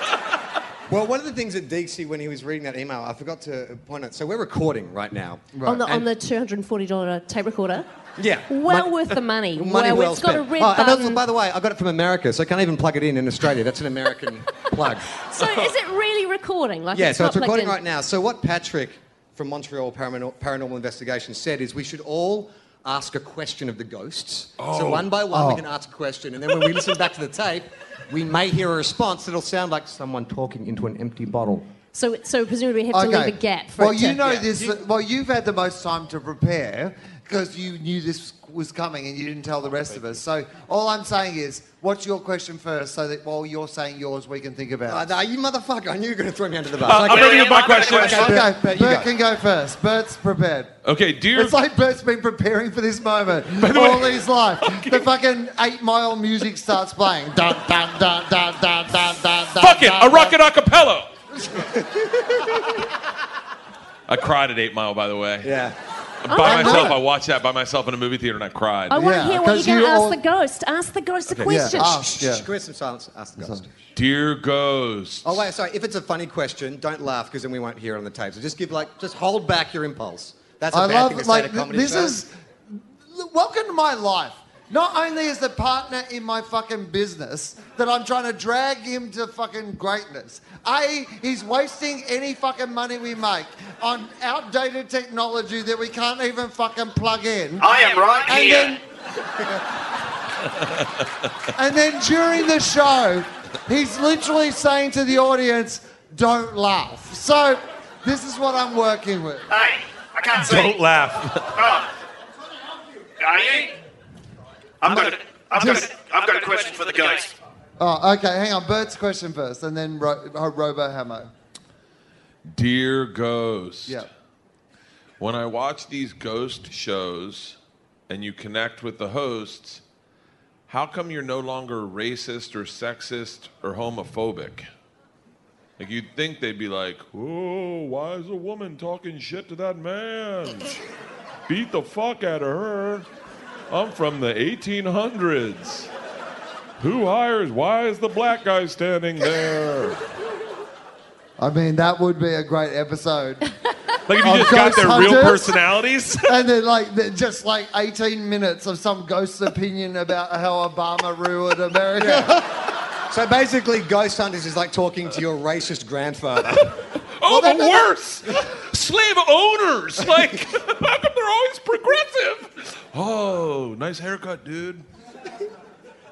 Speaker 3: Well, one of the things that Dixie, when he was reading that email, I forgot to point out. So we're recording right now.
Speaker 7: on the, on
Speaker 3: And-
Speaker 7: the $240 tape recorder.
Speaker 3: Yeah.
Speaker 7: Well
Speaker 3: Mon-
Speaker 7: worth the money.
Speaker 3: Money
Speaker 7: wow,
Speaker 3: well
Speaker 7: it's
Speaker 3: spent.
Speaker 7: got a red
Speaker 3: Oh, and also,
Speaker 7: button.
Speaker 3: by the way, I got it from America, so I can't even plug it in in Australia. That's an American plug.
Speaker 7: so is it really recording? Like
Speaker 3: Yeah, so
Speaker 7: not
Speaker 3: it's recording
Speaker 7: plugged
Speaker 3: right
Speaker 7: in?
Speaker 3: now. So what Patrick from Montreal Paranormal, Paranormal Investigation said is we should all ask a question of the ghosts. So one by one, we can ask a question, and then when we listen back to the tape, we may hear a response that'll sound like someone talking into an empty bottle.
Speaker 7: So, so presumably we have to leave a gap for
Speaker 2: well,
Speaker 7: it
Speaker 2: you
Speaker 7: to-
Speaker 2: know this. well, you've had the most time to prepare because you knew this was coming and you didn't tell the rest of us. So all I'm saying is, what's your question first, so that while you're saying yours, we can think
Speaker 3: Uh,
Speaker 2: about. it.
Speaker 3: no, you motherfucker! I knew you were going to throw me under the bus.
Speaker 6: Uh, I'm
Speaker 3: Okay.
Speaker 6: ready with my
Speaker 5: I've got a
Speaker 6: question.
Speaker 5: question.
Speaker 3: Okay.
Speaker 2: Okay,
Speaker 3: Bert,
Speaker 2: Bert,
Speaker 3: Bert, you go.
Speaker 2: can go first. Bert's prepared.
Speaker 6: Okay, dear.
Speaker 2: It's like Bert's been preparing for this moment all his life. The fucking eight mile music starts playing. dun, dun, dun, dun, dun, dun, dun,
Speaker 6: fuck it,
Speaker 2: dun,
Speaker 6: a
Speaker 2: dun.
Speaker 6: rocket acapella. I cried at Eight Mile, by the way.
Speaker 3: Yeah.
Speaker 6: By
Speaker 7: I know.
Speaker 6: myself, I watched that by myself in a movie theater, and I cried.
Speaker 7: I want
Speaker 2: Yeah,
Speaker 7: to hear what
Speaker 2: 'cause
Speaker 7: you're
Speaker 2: you
Speaker 7: going to ask
Speaker 2: all-
Speaker 7: the ghost. Ask the ghost a
Speaker 2: Yeah, Oh.
Speaker 7: question.
Speaker 3: Ah,
Speaker 2: ask, yeah.
Speaker 3: Can we have some silence? Ask the ghost.
Speaker 6: Dear ghost.
Speaker 3: Oh wait, sorry. If it's a funny question, don't laugh because then we won't hear it on the tape. So just give like, just hold back your impulse. That's a
Speaker 2: I
Speaker 3: bad
Speaker 2: love
Speaker 3: thing to say
Speaker 2: like
Speaker 3: to comedy
Speaker 2: this
Speaker 3: shows.
Speaker 2: is welcome to my life. Not only is the partner in my fucking business that I'm trying to drag him to fucking greatness. A, he's wasting any fucking money we make on outdated technology that we can't even fucking plug in.
Speaker 5: I am right
Speaker 3: Oh,
Speaker 2: And
Speaker 5: here.
Speaker 2: then, and then during the show, he's literally saying to the audience, "Don't laugh." So this is what I'm working with.
Speaker 5: Hey, I can't see.
Speaker 6: Don't laugh.
Speaker 5: Are you? I've got a, I've got a, I've got a question for the ghost.
Speaker 2: Oh, okay. Hang on. Bert's question first, and then Ro- uh, Robo Hamo.
Speaker 6: Dear ghost.
Speaker 2: Yeah.
Speaker 6: when I watch these ghost shows and you connect with the hosts, how come you're no longer racist or sexist or homophobic? Like you'd think they'd be like, "Oh, why is a woman talking shit to that man? Beat the fuck out of her." I'm from the 1800s. Who hires? Why is the black guy standing there?
Speaker 2: I mean, that would be a great episode.
Speaker 6: Like if you
Speaker 2: Oh,
Speaker 6: just got
Speaker 2: ghost
Speaker 6: their real
Speaker 2: hunters?
Speaker 6: personalities.
Speaker 2: and then, like, th- just like 18 minutes of some ghost's opinion about how Obama ruined America.
Speaker 3: So basically, Ghost Hunters is like talking to your racist grandfather.
Speaker 6: Oh, the worse! Slave owners! Like, how come they're always progressive? Oh, nice haircut, dude.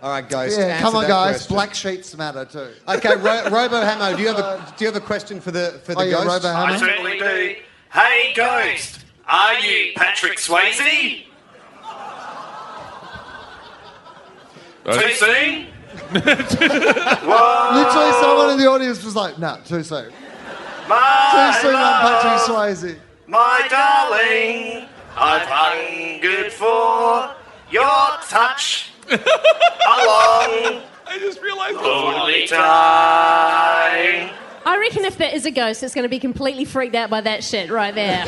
Speaker 3: All right, Ghost.
Speaker 2: Yeah,
Speaker 3: answer
Speaker 2: come on,
Speaker 3: that
Speaker 2: guys.
Speaker 3: question.
Speaker 2: Black sheets matter too.
Speaker 3: Okay, Ro- Robo Hamo, do you have a do you have a question for the for the
Speaker 2: Oh, yeah,
Speaker 3: ghosts?
Speaker 2: Robo
Speaker 5: I
Speaker 2: Hammer.
Speaker 5: certainly do. Hey, Ghost, are you Patrick Swayze? Too soon?
Speaker 2: Literally, someone in the audience was like, nah, too soon. Too
Speaker 5: My
Speaker 2: soon on Patrick
Speaker 5: love,
Speaker 2: Swayze.
Speaker 5: my darling, I've hungered for your touch along
Speaker 6: I just realized.
Speaker 5: lonely time.
Speaker 7: I reckon if there is a ghost, it's going to be completely freaked out by that shit right there.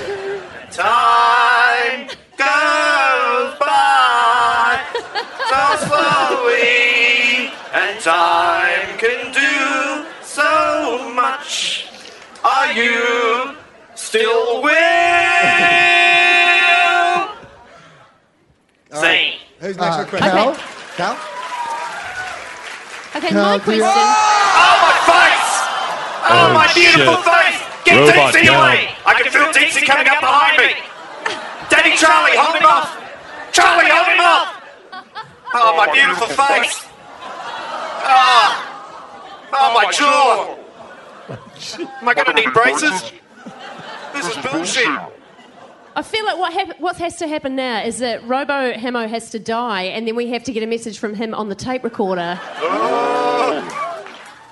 Speaker 5: Time goes by so slowly, and time can do so much. Are you still will? Sing.
Speaker 3: Who's next
Speaker 2: Uh,
Speaker 3: for a question?
Speaker 7: Cal?
Speaker 3: Cal?
Speaker 7: Okay,
Speaker 2: Cal,
Speaker 7: my
Speaker 2: do you-
Speaker 7: question.
Speaker 5: Oh, my face! Oh,
Speaker 6: Oh,
Speaker 5: my beautiful
Speaker 6: shit.
Speaker 5: face! Get
Speaker 6: Robot
Speaker 5: Dixie
Speaker 6: down.
Speaker 5: away! I can feel Dixie coming up behind me! Daddy Charlie, hold him off! Charlie, hold him off! Oh, my beautiful face! Oh, oh my jaw! Am I gonna need braces? This is bullshit!
Speaker 7: I feel like what hap- what has to happen now is that Robo Hamo has to die, and then we have to get a message from him on the tape recorder.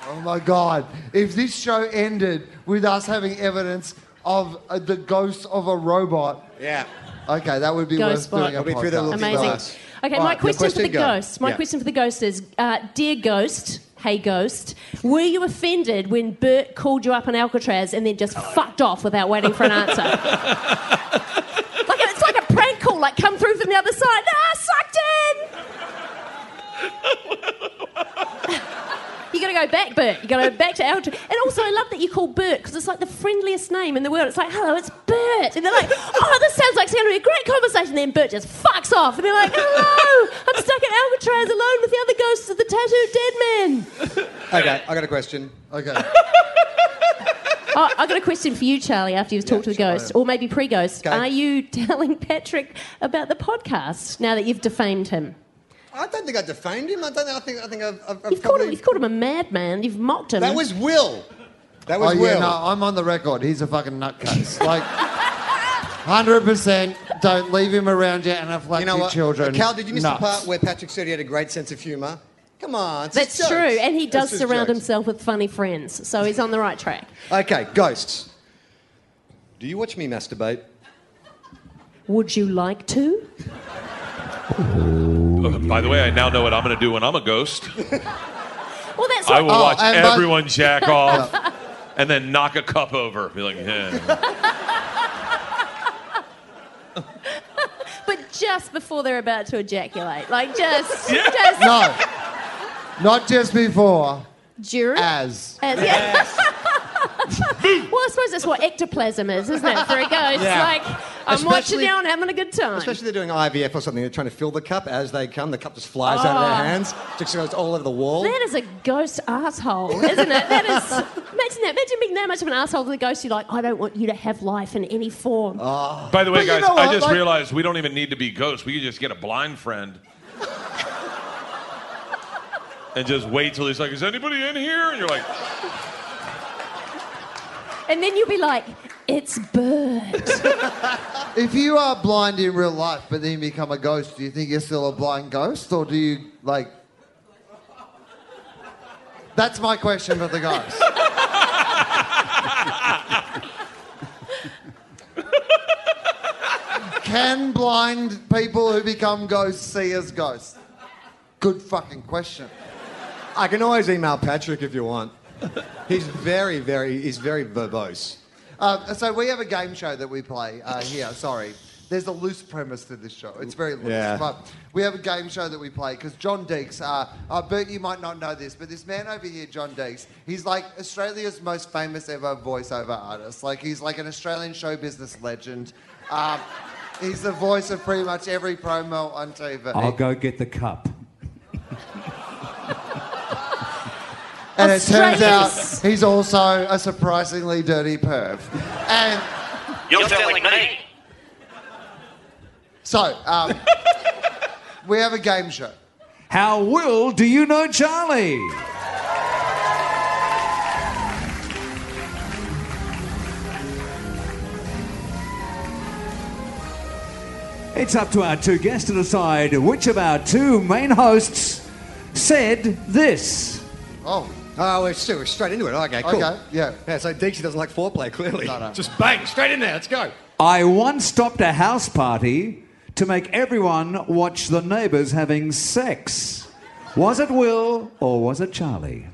Speaker 2: Oh my God. If this show ended with us having evidence of uh, the ghost of a robot,
Speaker 3: Yeah.
Speaker 2: okay, that would be worth
Speaker 7: Ghost bot.
Speaker 2: doing a
Speaker 3: We'll be through the
Speaker 2: podcast.
Speaker 3: little
Speaker 7: Amazing.
Speaker 3: Nice.
Speaker 7: Okay,
Speaker 3: All
Speaker 7: my
Speaker 3: right, your
Speaker 7: question, for
Speaker 3: question,
Speaker 7: the
Speaker 3: go.
Speaker 7: ghost. My
Speaker 3: Yeah.
Speaker 7: question for the ghost is, uh, dear ghost, hey ghost, were you offended when Bert called you up on Alcatraz and then just fucked off without waiting for an answer? like it's like a prank call, like come through from the other side. Ah, sucked in. You gotta go back, Bert. You gotta go back to Alcatraz. And also, I love that you call Bert because it's like the friendliest name in the world. It's like, hello, it's Bert. And they're like, oh, this sounds like it's gonna be a great conversation. Then Bert just fucks off. And they're like, hello, I'm stuck at Alcatraz alone with the other ghosts of the tattooed dead men.
Speaker 3: Okay, I got a question.
Speaker 2: Okay.
Speaker 7: Oh, I got a question for you, Charlie, after you've talked to the
Speaker 3: sure.
Speaker 7: ghost, or maybe pre ghost.
Speaker 3: Okay.
Speaker 7: Are you telling Patrick about the podcast now that you've defamed him?
Speaker 3: I don't think I defamed him. I don't. I think. I think I've. I've, I've
Speaker 7: You've called, him,
Speaker 3: probably-
Speaker 7: you've called him a madman, you've mocked him.
Speaker 3: That was Will. That
Speaker 2: Oh,
Speaker 3: was
Speaker 2: yeah,
Speaker 3: Will.
Speaker 2: no, I'm on the record. He's a fucking nutcase. Like, 100% don't leave him around your anaphylactic
Speaker 3: you know what?
Speaker 2: children.
Speaker 3: Cal, did you miss
Speaker 2: Nuts.
Speaker 3: the part where Patrick said he had a great sense of humour? Come on. it's
Speaker 7: That's
Speaker 3: just
Speaker 7: true,
Speaker 3: jokes.
Speaker 7: and he
Speaker 3: It's
Speaker 7: does
Speaker 3: just
Speaker 7: surround
Speaker 3: jokes.
Speaker 7: himself with funny friends, so he's on the right track.
Speaker 3: Okay, ghosts. Do you watch me masturbate?
Speaker 7: Would you like to?
Speaker 6: By the way, I now know what I'm going to do when I'm a ghost.
Speaker 7: Well, that's
Speaker 6: I
Speaker 7: what,
Speaker 6: will
Speaker 2: Oh,
Speaker 6: watch
Speaker 2: and by-
Speaker 6: everyone jack off and then knock a cup over. Be like, yeah.
Speaker 7: but just before they're about to ejaculate, like just, just
Speaker 2: No. Not just before,
Speaker 7: during.
Speaker 2: as.
Speaker 7: As- yeah. well, I suppose that's what ectoplasm is, isn't it? For a ghost,
Speaker 3: Yeah.
Speaker 7: like I'm watching
Speaker 3: Especially-
Speaker 7: you and having a good time.
Speaker 3: Especially they're doing IVF or something. They're trying to fill the cup as they come. The cup just flies out of
Speaker 7: Ah.
Speaker 3: their hands. Just goes all over the wall.
Speaker 7: That is a ghost asshole, isn't it? That is. Imagine that. Imagine being that much of an asshole to the ghost. You're like, I don't want you to have life in any form.
Speaker 3: Oh.
Speaker 6: By the way,
Speaker 2: you
Speaker 6: guys,
Speaker 2: know
Speaker 6: I
Speaker 2: what,
Speaker 6: just
Speaker 2: like-
Speaker 6: realized we don't even need to be ghosts. We could just get a blind friend. And just wait till he's like, is anybody in here? And you're like,
Speaker 7: And then you'll be like, it's Bert.
Speaker 2: If you are blind in real life, but then you become a ghost, do you think you're still a blind ghost? Or do you, like. That's my question for the ghost. Can blind people who become ghosts see as ghosts? Good fucking question.
Speaker 3: I can always email Patrick if you want. He's very, very, he's very verbose.
Speaker 2: Uh, so we have a game show that we play uh, here. Sorry, There's a loose premise to this show. It's very loose.
Speaker 3: Yeah.
Speaker 2: But we have a game show that we play because John Deeks, uh, uh, Bert, you might not know this, but this man over here, John Deeks, he's like Australia's most famous ever voiceover artist. Like, he's like an Australian show business legend. Um, he's the voice of pretty much every promo on TV.
Speaker 1: Oh,
Speaker 4: I'll go get the cup.
Speaker 2: And it turns out
Speaker 7: Australians.
Speaker 2: he's also a surprisingly dirty perv. And
Speaker 5: You're telling me.
Speaker 2: so, um, we have a game show.
Speaker 4: How well do you know Charlie? It's up to our two guests to decide which of our two main hosts said this.
Speaker 2: Oh,
Speaker 3: Oh, we're, so we're straight into it. Okay, cool.
Speaker 2: okay, yeah.
Speaker 3: Yeah, so Dixie doesn't like foreplay, clearly.
Speaker 2: No, no.
Speaker 3: Just bang, straight in there, let's go.
Speaker 4: I once stopped a house party to make everyone watch the neighbors having sex. Was it Will or was it Charlie?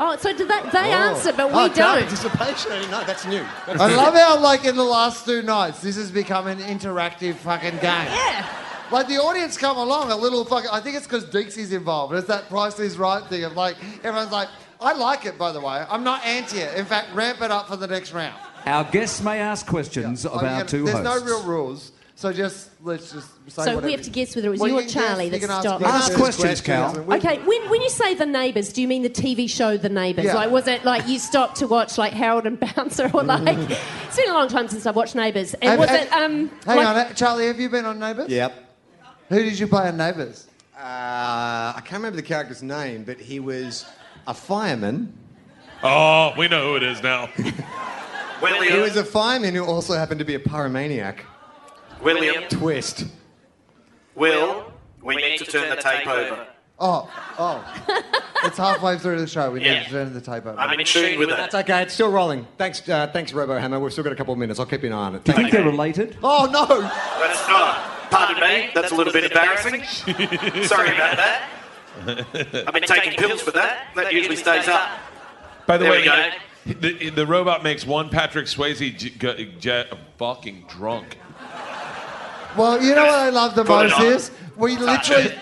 Speaker 7: Oh, so did that, they answer, but we
Speaker 3: oh, dark
Speaker 7: don't.
Speaker 3: Participation. I didn't know. That's new. That's
Speaker 2: I love how, like, in the last two nights, this has become an interactive fucking game.
Speaker 7: Yeah.
Speaker 2: Like, the audience come along a little fucking. I think it's because Dixie's involved. It's that Price is Right thing of, like, everyone's like, I like it, by the way. I'm not anti it. In fact, ramp it up for the next round.
Speaker 4: Our guests may ask questions
Speaker 2: Like,
Speaker 4: of our
Speaker 2: you know,
Speaker 4: two
Speaker 2: There's
Speaker 4: hosts.
Speaker 2: no real rules. So just, let's just say
Speaker 7: So
Speaker 2: whatever
Speaker 7: we have to
Speaker 2: you-
Speaker 7: guess whether it was
Speaker 2: Well,
Speaker 7: you or
Speaker 2: can guess,
Speaker 7: Charlie
Speaker 2: you
Speaker 7: that
Speaker 2: can
Speaker 7: stopped. Oh,
Speaker 4: Ask questions, Cal.
Speaker 2: and we-
Speaker 7: Okay, when, when you say the neighbours, do you mean the TV show The Neighbours?
Speaker 2: Yeah.
Speaker 7: Like, was it like you stopped to watch like Harold and Bouncer or like? it's been a long time since I've watched Neighbours. And
Speaker 2: Mm. Have-
Speaker 7: was
Speaker 2: have-
Speaker 7: it? Um,
Speaker 2: Hang
Speaker 7: like-
Speaker 2: on, uh, Charlie. Have you been on Neighbours?
Speaker 3: Yep.
Speaker 2: Who did you play on Neighbours?
Speaker 3: Uh, I can't remember the character's name, but he was a fireman.
Speaker 6: Oh, we know who it is now.
Speaker 3: He
Speaker 5: William.
Speaker 3: was a fireman who also happened to be a pyromaniac.
Speaker 5: William.
Speaker 3: Twist.
Speaker 5: Will. We need to turn the tape over.
Speaker 2: Oh, oh. it's halfway through the show. We need
Speaker 5: Yeah.
Speaker 2: to turn the tape over.
Speaker 5: I'm in tune with it.
Speaker 3: That's okay. It's still rolling. Thanks, uh, thanks, Robo Hammer. We've still got a couple of minutes. I'll keep an eye on it.
Speaker 4: Do you
Speaker 3: Thank
Speaker 4: think they're related?
Speaker 2: oh no!
Speaker 5: That's not. Pardon me. That's a little bit embarrassing. Sorry about that. I've been taking pills for that. That usually stays up.
Speaker 6: By the
Speaker 5: There
Speaker 6: way,
Speaker 5: we go.
Speaker 6: The, the robot makes one Patrick Swayze j- g- j- fucking drunk.
Speaker 2: Well, you know what I love the
Speaker 5: Put it
Speaker 2: most
Speaker 5: on.
Speaker 2: is we literally
Speaker 5: it.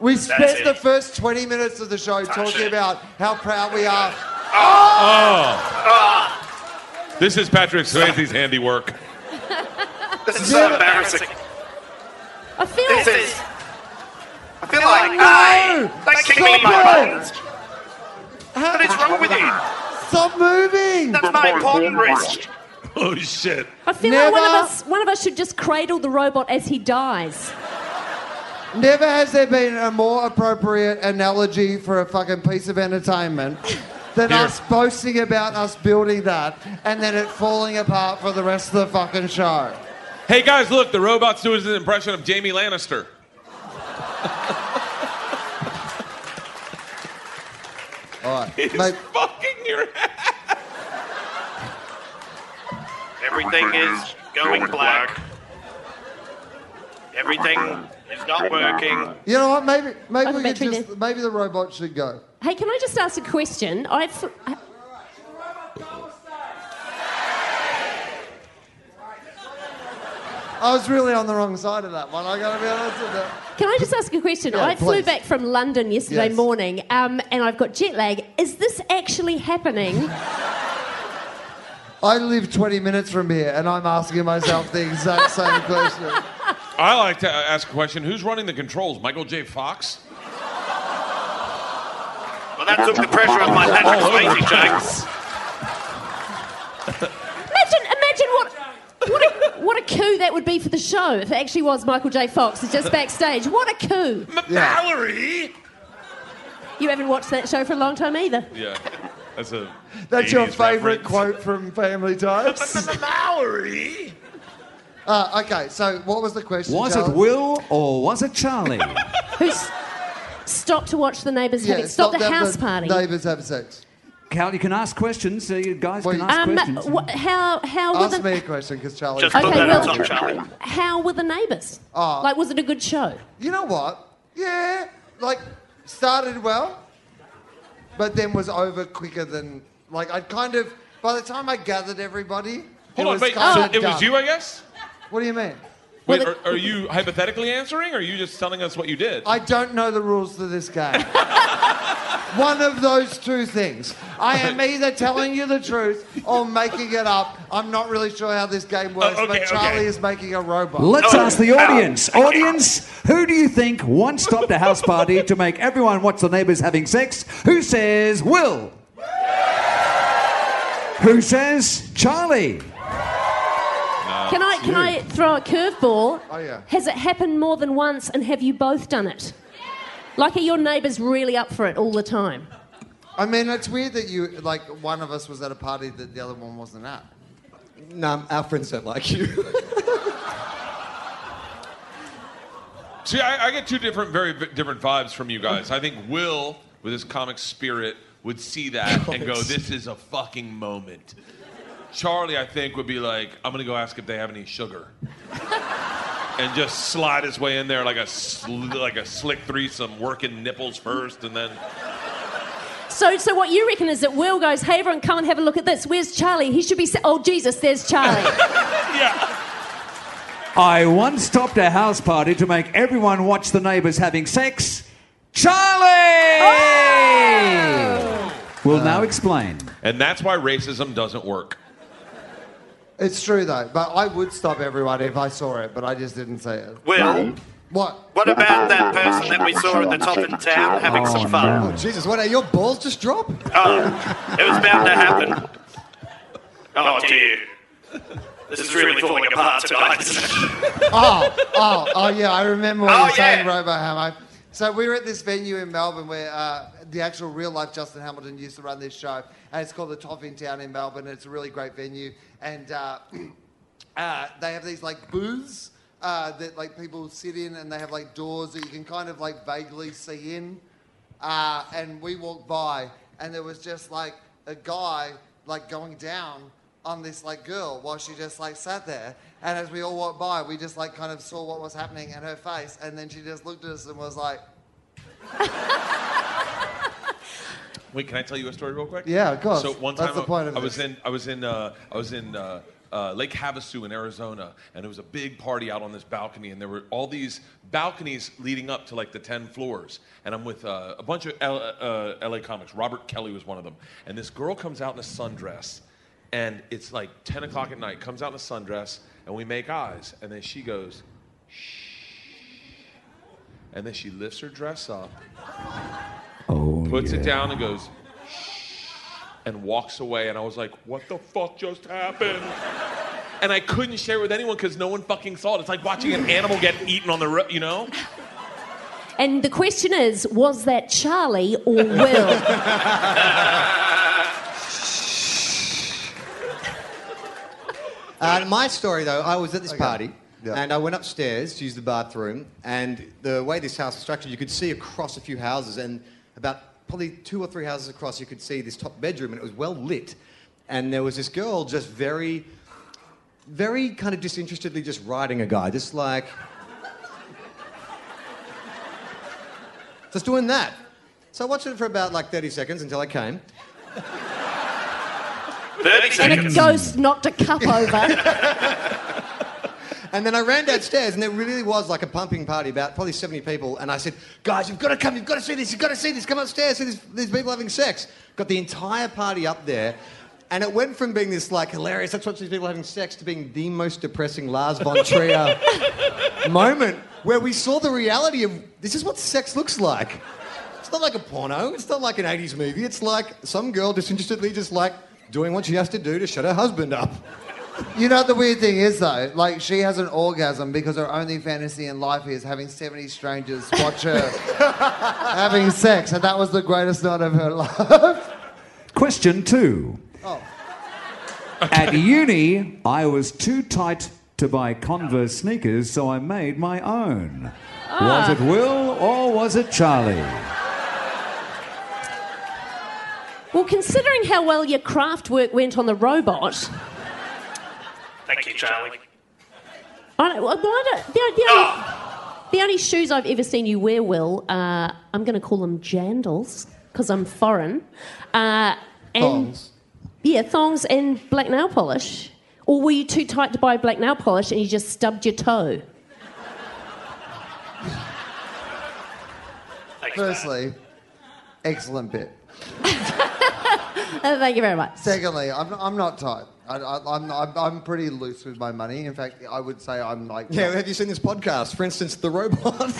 Speaker 2: we spent
Speaker 5: it.
Speaker 2: the first 20 minutes of the show talking
Speaker 5: it.
Speaker 2: about how proud we are.
Speaker 5: Oh.
Speaker 6: Oh. This is Patrick Swayze's handiwork.
Speaker 5: This is so embarrassing.
Speaker 7: I feel
Speaker 5: This
Speaker 7: like
Speaker 5: is. I feel like.
Speaker 2: no!
Speaker 5: Hey, They kicked me in my
Speaker 2: Stop it!
Speaker 5: buttons. What is wrong with you?
Speaker 2: Stop moving!
Speaker 5: That's my important wrist.
Speaker 6: Oh shit!
Speaker 7: I feel like one of
Speaker 2: Never-
Speaker 7: us one of us should just cradle the robot as he dies.
Speaker 2: Never has there been a more appropriate analogy for a fucking piece of entertainment than
Speaker 6: Here.
Speaker 2: us boasting about us building that and then it falling apart for the rest of the fucking show.
Speaker 6: Hey guys, look, the robot's doing an impression of Jamie Lannister.
Speaker 2: All right.
Speaker 6: He's
Speaker 2: Mate,
Speaker 6: fucking your ass.
Speaker 5: Everything is going black. Everything is not working.
Speaker 2: you know what? Maybe maybe
Speaker 7: Other
Speaker 2: we could
Speaker 7: battery
Speaker 2: just maybe the robot should go.
Speaker 7: Hey, can I just ask a question? I've
Speaker 2: I was really on the wrong side of that one. I got to be honest with you.
Speaker 7: Can I just ask a question?
Speaker 2: Yeah,
Speaker 7: I flew
Speaker 2: please.
Speaker 7: back from London yesterday
Speaker 2: Yes.
Speaker 7: morning, um, and I've got jet lag. Is this actually happening?
Speaker 2: I live 20 minutes from here and I'm asking myself the exact same question.
Speaker 6: I like to ask a question. Who's running the controls? Michael J. Fox?
Speaker 5: Well, that took the pressure off my Patrick Swayze jokes.
Speaker 7: imagine, imagine what what a, what a coup that would be for the show if it actually was Michael J. Fox is just backstage. What a coup!
Speaker 6: Mallory.
Speaker 7: You haven't watched that show for a long time either.
Speaker 6: Yeah, that's a.
Speaker 2: That's your
Speaker 6: 80s
Speaker 2: favourite
Speaker 6: reference.
Speaker 2: quote from Family Ties.
Speaker 6: Mallory.
Speaker 2: Uh, okay, so what was the question?
Speaker 4: Was it
Speaker 2: Charles?
Speaker 4: Will or was it Charlie?
Speaker 7: Who's stopped to watch the neighbours
Speaker 2: Yeah,
Speaker 7: having stop, the
Speaker 2: them,
Speaker 7: house party?
Speaker 2: Neighbours have sex.
Speaker 4: Cal, you can ask questions. So you guys
Speaker 2: Well,
Speaker 4: can ask
Speaker 7: um,
Speaker 4: questions.
Speaker 7: wh- how how were
Speaker 2: Ask
Speaker 7: the
Speaker 2: me a question because Charlie.
Speaker 5: Just
Speaker 7: Okay,
Speaker 5: put that on
Speaker 7: well-
Speaker 5: top, Charlie.
Speaker 7: how were the neighbours?
Speaker 2: Oh.
Speaker 7: like, was it a good show?
Speaker 2: You know what? Yeah, like started well, but then was over quicker than like I'd kind of. By the time I gathered everybody, it
Speaker 6: Hold on,
Speaker 2: was
Speaker 6: wait.
Speaker 2: kind
Speaker 6: So
Speaker 2: of
Speaker 6: it was
Speaker 2: done.
Speaker 6: you, I guess.
Speaker 2: What do you mean?
Speaker 6: Wait,
Speaker 7: Well,
Speaker 6: are, are you hypothetically answering, or are you just telling us what you did?
Speaker 2: I don't know the rules to this game. One of those two things. I am either telling you the truth or making it up. I'm not really sure how this game works,
Speaker 6: Oh, okay,
Speaker 2: but Charlie
Speaker 6: okay.
Speaker 2: is making a robot.
Speaker 1: Let's
Speaker 5: No.
Speaker 1: ask the audience. Audience, who do you think once stopped a house party to make everyone watch the neighbors having sex? Who says Will? Who says Charlie?
Speaker 7: Can I can I throw a curveball?
Speaker 2: Oh, yeah.
Speaker 7: Has it happened more than once, and have you both done it? Like, are your neighbours really up for it all the time?
Speaker 2: I mean, it's weird that you, like, one of us was at a party that the other one wasn't at.
Speaker 3: No, our friends don't like you.
Speaker 6: See, I, I get two different, very v- different vibes from you guys. I think Will, with his comic spirit, would see that and go, "This is a fucking moment." Charlie, I think, would be like, "I'm gonna go ask if they have any sugar," and just slide his way in there like a sl- like a slick threesome, working nipples first, and then
Speaker 7: So, so what you reckon is that Will goes, "Hey, everyone, come and have a look at this. Where's Charlie? He should be. Sa- oh, Jesus, there's Charlie."
Speaker 1: I once stopped a house party to make everyone watch the neighbors having sex. Charlie! We'll now explain.
Speaker 6: and that's why racism doesn't work.
Speaker 2: It's true, though, but I would stop everyone if I saw it, but I just didn't see it.
Speaker 5: Will,
Speaker 2: What?
Speaker 5: what about that person that we saw at the top of town having some
Speaker 1: Oh,
Speaker 5: fun?
Speaker 3: Jesus, what are your balls just drop?
Speaker 5: It was bound to happen. Oh dear. This is really falling apart tonight.
Speaker 2: oh, oh, oh, yeah, I remember what
Speaker 5: Oh,
Speaker 2: you're saying,
Speaker 5: yeah.
Speaker 2: Robo Hammer. So we were at this venue in Melbourne where uh, the actual real life Justin Hamilton used to run this show, and it's called the Toffin Town in Melbourne. It's a really great venue, and uh, uh, they have these like booths uh, that like people sit in, and they have like doors that you can kind of like vaguely see in. Uh, and we walked by, and there was just like a guy like going down on this like girl while she just like sat there. And as we all walked by, we just like kind of saw what was happening in her face, and then she just looked at us and was like,
Speaker 6: Wait, can I tell you a story real quick?
Speaker 2: Yeah, of course.
Speaker 6: So one time
Speaker 2: That's the
Speaker 6: I-
Speaker 2: point of
Speaker 6: I, was
Speaker 2: this.
Speaker 6: in I was in uh, I was in uh, uh, Lake Havasu in Arizona, and it was a big party out on this balcony, and there were all these balconies leading up to like the ten floors, and I'm with uh, a bunch of L- uh, LA comics. Robert Kelly was one of them, and this girl comes out in a sundress, and it's like ten o'clock at night. Comes out in a sundress, and we make eyes, and then she goes, shh, and then she lifts her dress up
Speaker 1: Oh,
Speaker 6: puts
Speaker 1: yeah.
Speaker 6: it down and goes and walks away and i was like what the fuck just happened and i couldn't share it with anyone because no one fucking saw it it's like watching an animal get eaten on the road you know
Speaker 7: and the question is, was that Charlie or Will?
Speaker 3: Uh, my story, though, I was at this party
Speaker 2: Yeah.
Speaker 3: and I went upstairs to use the bathroom. And the way this house was structured, you could see across a few houses, and about probably two or three houses across, you could see this top bedroom, and it was well lit. And there was this girl just very, very kind of disinterestedly just riding a guy, just like. just doing that. So I watched it for about like 30 seconds until I came.
Speaker 5: 30
Speaker 7: and a
Speaker 5: seconds.
Speaker 7: ghost knocked a cup over.
Speaker 3: And then I ran downstairs, and there really was like a pumping party, about probably 70 people. And I said, Guys, you've got to come, you've got to see this, you've got to see this, come upstairs, see this, these people having sex. Got the entire party up there. And it went from being this like hilarious, let's watch these people having sex, to being the most depressing Lars von Trier moment where we saw the reality of this is what sex looks like. It's not like a porno, it's not like an 80s movie, it's like some girl disinterestedly just like doing what she has to do to shut her husband up.
Speaker 2: You know, the weird thing is, though, like, she has an orgasm because her only fantasy in life is having 70 strangers watch her having sex, and that was the greatest night of her life.
Speaker 1: Question two. At uni, I was too tight to buy Converse sneakers, so I made my own. Was it Will or was it Charlie?
Speaker 7: well, considering how well your craft work went on the robot,
Speaker 5: Thank you, Charlie.
Speaker 7: I don't, well, I don't, the, the, only, the only shoes I've ever seen you wear, Will, uh, I'm going to call them jandals because I'm foreign. Uh, and
Speaker 3: Oh.
Speaker 2: Thongs.
Speaker 7: Yeah, thongs and black nail polish. Or were you too tight to buy black nail polish and you just stubbed your toe?
Speaker 2: Firstly, excellent bit.
Speaker 7: Uh, thank you very much.
Speaker 2: Secondly, I'm, I'm not tight. I, I, I'm, I'm, I'm pretty loose with my money. In fact, I would say I'm like.
Speaker 3: Yeah, have you seen this podcast? For instance, the robot.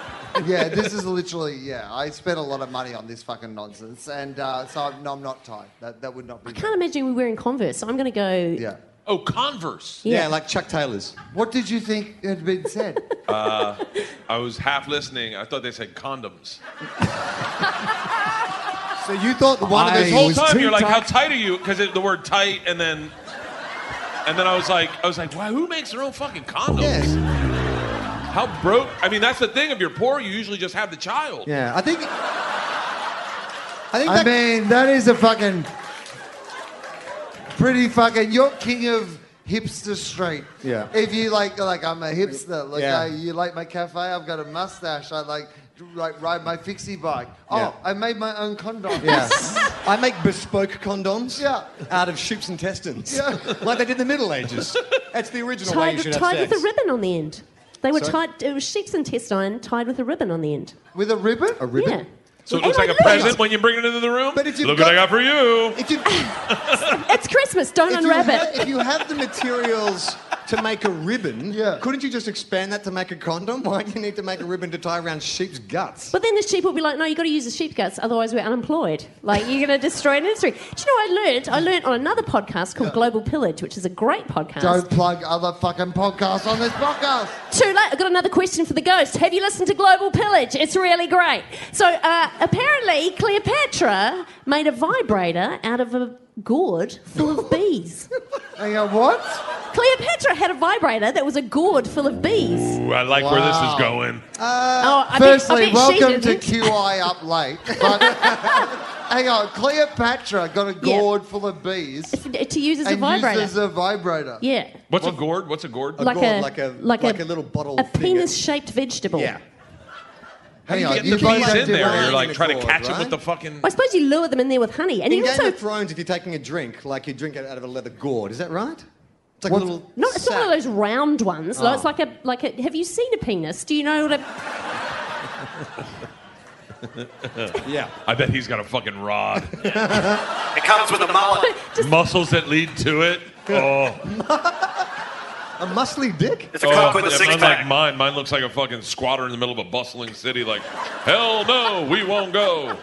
Speaker 2: yeah, this is literally, yeah, I spent a lot of money on this fucking nonsense. And uh, so I'm, no, I'm not tight. That, that would not be.
Speaker 7: I can't imagine we were wearing Converse, so I'm going to go.
Speaker 2: Yeah.
Speaker 6: Oh, Converse.
Speaker 3: yeah, like Chuck Taylor's.
Speaker 2: What did you think had been said?
Speaker 6: I was half listening. I thought they said condoms.
Speaker 3: So you thought one
Speaker 6: This
Speaker 3: of
Speaker 6: whole
Speaker 3: those was
Speaker 6: time
Speaker 3: too
Speaker 6: you're like, how
Speaker 3: tight.
Speaker 6: tight are you? Because the word tight, and then, and then I was like, I was like, why? Who makes their own fucking condoms?
Speaker 3: Yes.
Speaker 6: How broke? I mean, that's the thing. If you're poor, you usually just have the child.
Speaker 3: Yeah, I think. I think
Speaker 2: I
Speaker 3: that
Speaker 2: mean, that is a fucking. Pretty fucking. You're king of hipster street.
Speaker 3: Yeah.
Speaker 2: If you like, like I'm a hipster. Like,
Speaker 3: Yeah.
Speaker 2: I, you like my cafe? I've got a mustache. I like, like ride my fixie bike. Oh,
Speaker 3: Yeah.
Speaker 2: I made my own condom.
Speaker 3: Yeah. I make bespoke condoms
Speaker 2: Yeah.
Speaker 3: out of sheep's intestines.
Speaker 2: Yeah.
Speaker 3: like they did in the Middle Ages. That's the original way
Speaker 7: Tied,
Speaker 3: you should
Speaker 7: tied
Speaker 3: have
Speaker 7: with
Speaker 3: sex.
Speaker 7: a ribbon on the end. They were
Speaker 3: Sorry?
Speaker 7: tied, it was sheep's intestine tied with a ribbon on the end.
Speaker 2: With a ribbon?
Speaker 3: A ribbon?
Speaker 7: Yeah.
Speaker 6: So it
Speaker 7: And
Speaker 6: looks
Speaker 7: I
Speaker 6: like a
Speaker 7: looked.
Speaker 6: present when you bring it into the room.
Speaker 3: Oh But if you've
Speaker 6: Look
Speaker 3: got-
Speaker 6: what I got for you.
Speaker 3: If you, if
Speaker 7: It's Christmas, don't
Speaker 3: you
Speaker 7: unwrap
Speaker 3: had,
Speaker 7: it.
Speaker 3: if you had the materials to make a ribbon,
Speaker 2: Yeah.
Speaker 3: couldn't you just expand that to make a condom? Why do you need to make a ribbon to tie around sheep's guts?
Speaker 7: But then the sheep will be like, no, you've got to use the sheep guts, otherwise we're unemployed. Like, you're going to destroy an industry. Do you know what I learned? I learned on another podcast called Global Pillage, which is a great podcast.
Speaker 2: Don't plug other fucking podcasts on this podcast.
Speaker 7: Too late. I've got another question for the ghost. Have you listened to Global Pillage? It's really great. So uh, apparently, Cleopatra made a vibrator out of a gourd full of bees.
Speaker 2: I go, what?
Speaker 7: Cleopatra had a vibrator that was a gourd full of bees.
Speaker 6: Ooh, I like where this is
Speaker 2: Wow.
Speaker 6: going.
Speaker 3: Uh,
Speaker 7: oh, I
Speaker 2: Firstly,
Speaker 7: bet, I bet
Speaker 2: welcome
Speaker 7: she
Speaker 2: to
Speaker 7: didn't.
Speaker 2: QI Up Late. But hang on, Cleopatra got a
Speaker 7: Yeah.
Speaker 2: gourd full of bees
Speaker 7: F- to use as a
Speaker 2: and
Speaker 7: vibrator.
Speaker 2: uses a vibrator.
Speaker 7: yeah.
Speaker 6: What's a gourd? What's a gourd?
Speaker 3: Like- gourd, a- like a little bottle
Speaker 7: A
Speaker 3: thing.
Speaker 7: penis-shaped vegetable.
Speaker 3: Yeah.
Speaker 2: Hang
Speaker 3: you
Speaker 2: on,
Speaker 3: get
Speaker 6: the
Speaker 2: you
Speaker 3: the
Speaker 2: guys
Speaker 3: bees
Speaker 6: bees
Speaker 2: don't
Speaker 6: in
Speaker 2: do
Speaker 6: there.
Speaker 2: wine
Speaker 6: You're like
Speaker 3: in a
Speaker 6: trying to
Speaker 3: gourd,
Speaker 6: catch it
Speaker 3: right?
Speaker 6: with the fucking.
Speaker 7: I suppose you lure them in there with honey, and
Speaker 3: In
Speaker 7: you
Speaker 3: Game
Speaker 7: also
Speaker 3: of Thrones, if you're taking a drink, like you drink it out of a leather gourd, is that right? It's like
Speaker 2: What-
Speaker 3: a little.
Speaker 7: No, it's
Speaker 3: sack.
Speaker 7: not one of those round ones.
Speaker 3: Oh.
Speaker 7: It's like a like a. Have you seen a penis? Do you know what a?
Speaker 3: Yeah.
Speaker 6: I bet he's got a fucking rod.
Speaker 5: It comes with a mullet.
Speaker 6: Muscles that lead to it. Oh,
Speaker 3: A muscly dick?
Speaker 5: It's a cock with a
Speaker 6: oh, yeah,
Speaker 5: six
Speaker 6: mine's like
Speaker 5: pack.
Speaker 6: mine. Mine looks like a fucking squatter in the middle of a bustling city. Like, hell no, we won't go.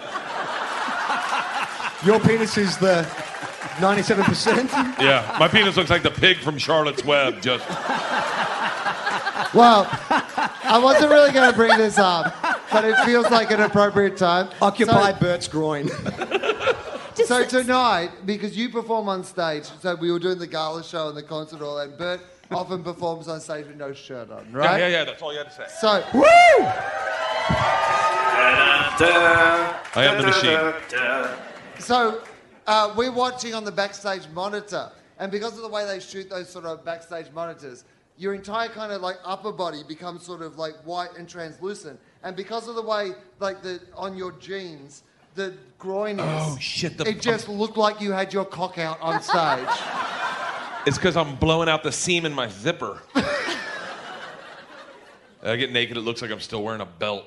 Speaker 3: Your penis is the 97%?
Speaker 6: Yeah, my penis looks like the pig from Charlotte's Web. Just
Speaker 2: Well, I wasn't really going to bring this up, but it feels like an appropriate time.
Speaker 3: Occupy
Speaker 2: So-
Speaker 3: Bert's groin.
Speaker 7: Just,
Speaker 2: So, tonight, because you perform on stage, so we were doing the gala show and the concert hall, and Bert often performs on stage with no shirt on,
Speaker 6: yeah,
Speaker 2: right?
Speaker 6: yeah, yeah. That's all you had to say.
Speaker 2: So
Speaker 6: I am the machine.
Speaker 2: So uh, we're watching on the backstage monitor, and because of the way they shoot those sort of backstage monitors, your entire kind of like upper body becomes sort of like white and translucent, and because of the way like the on your jeans. The groin is.
Speaker 6: Oh, shit, the-
Speaker 2: it just looked like you had your cock out on stage.
Speaker 6: It's because I'm blowing out the seam in my zipper. I get naked. It looks like I'm still wearing a belt.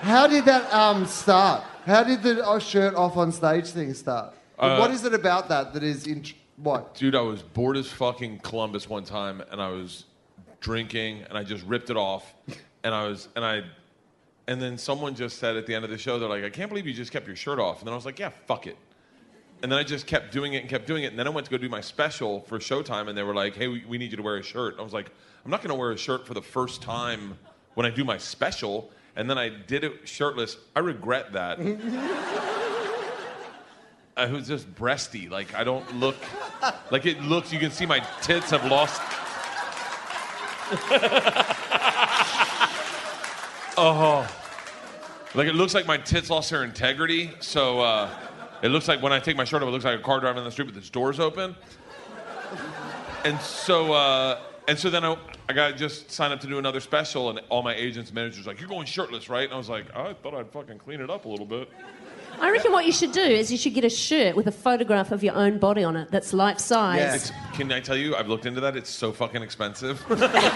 Speaker 2: How did that um, start? How did the oh, shirt off on stage thing start?
Speaker 6: Uh,
Speaker 2: what is it about that that is in what?
Speaker 6: Dude, I was bored as fucking Columbus one time, and I was drinking, and I just ripped it off, and I was, and I, and then someone just said at the end of the show, they're like, "I can't believe you just kept your shirt off," and then I was like, "Yeah, fuck it," and then I just kept doing it and kept doing it, and then I went to go do my special for Showtime, and they were like, "Hey, we, we need you to wear a shirt," and I was like, "I'm not gonna wear a shirt for the first time when I do my special," and then I did it shirtless. I regret that. I was just breasty. Like I don't look like it looks. You can see my tits have lost. oh, like it looks like my tits lost their integrity. So uh, it looks like when I take my shirt off, it looks like a car driving down the street with its doors open. And so uh, and so then I, I got just signed up to do another special, and all my agents and managers were like, "You're going shirtless, right?" And I was like, "I thought I'd fucking clean it up a little bit."
Speaker 7: I reckon what you should do is you should get a shirt with a photograph of your own body on it that's life size.
Speaker 3: Yeah.
Speaker 6: It's, can I tell you? I've looked into that. It's so fucking expensive. I've definitely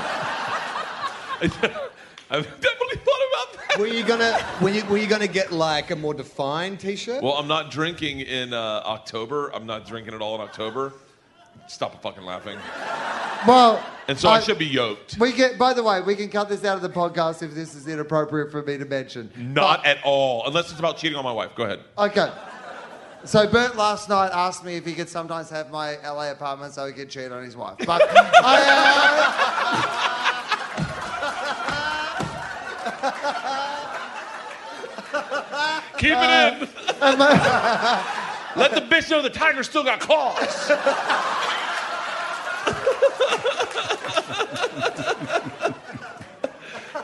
Speaker 6: thought about that.
Speaker 3: Were you gonna were you, were you gonna get like a more defined T-shirt?
Speaker 6: Well, I'm not drinking in uh, October. I'm not drinking at all in October. Stop fucking laughing.
Speaker 2: Well,
Speaker 6: And so I, should be yoked.
Speaker 2: We get. By the way, we can cut this out of the podcast if this is inappropriate for me to mention.
Speaker 6: Not at all. Unless it's about cheating on my wife. Go ahead.
Speaker 2: Okay. So Bert last night asked me if he could sometimes have my LA apartment so he could cheat on his wife. But I,
Speaker 6: Keep it in. Let the bitch know the tiger still got claws.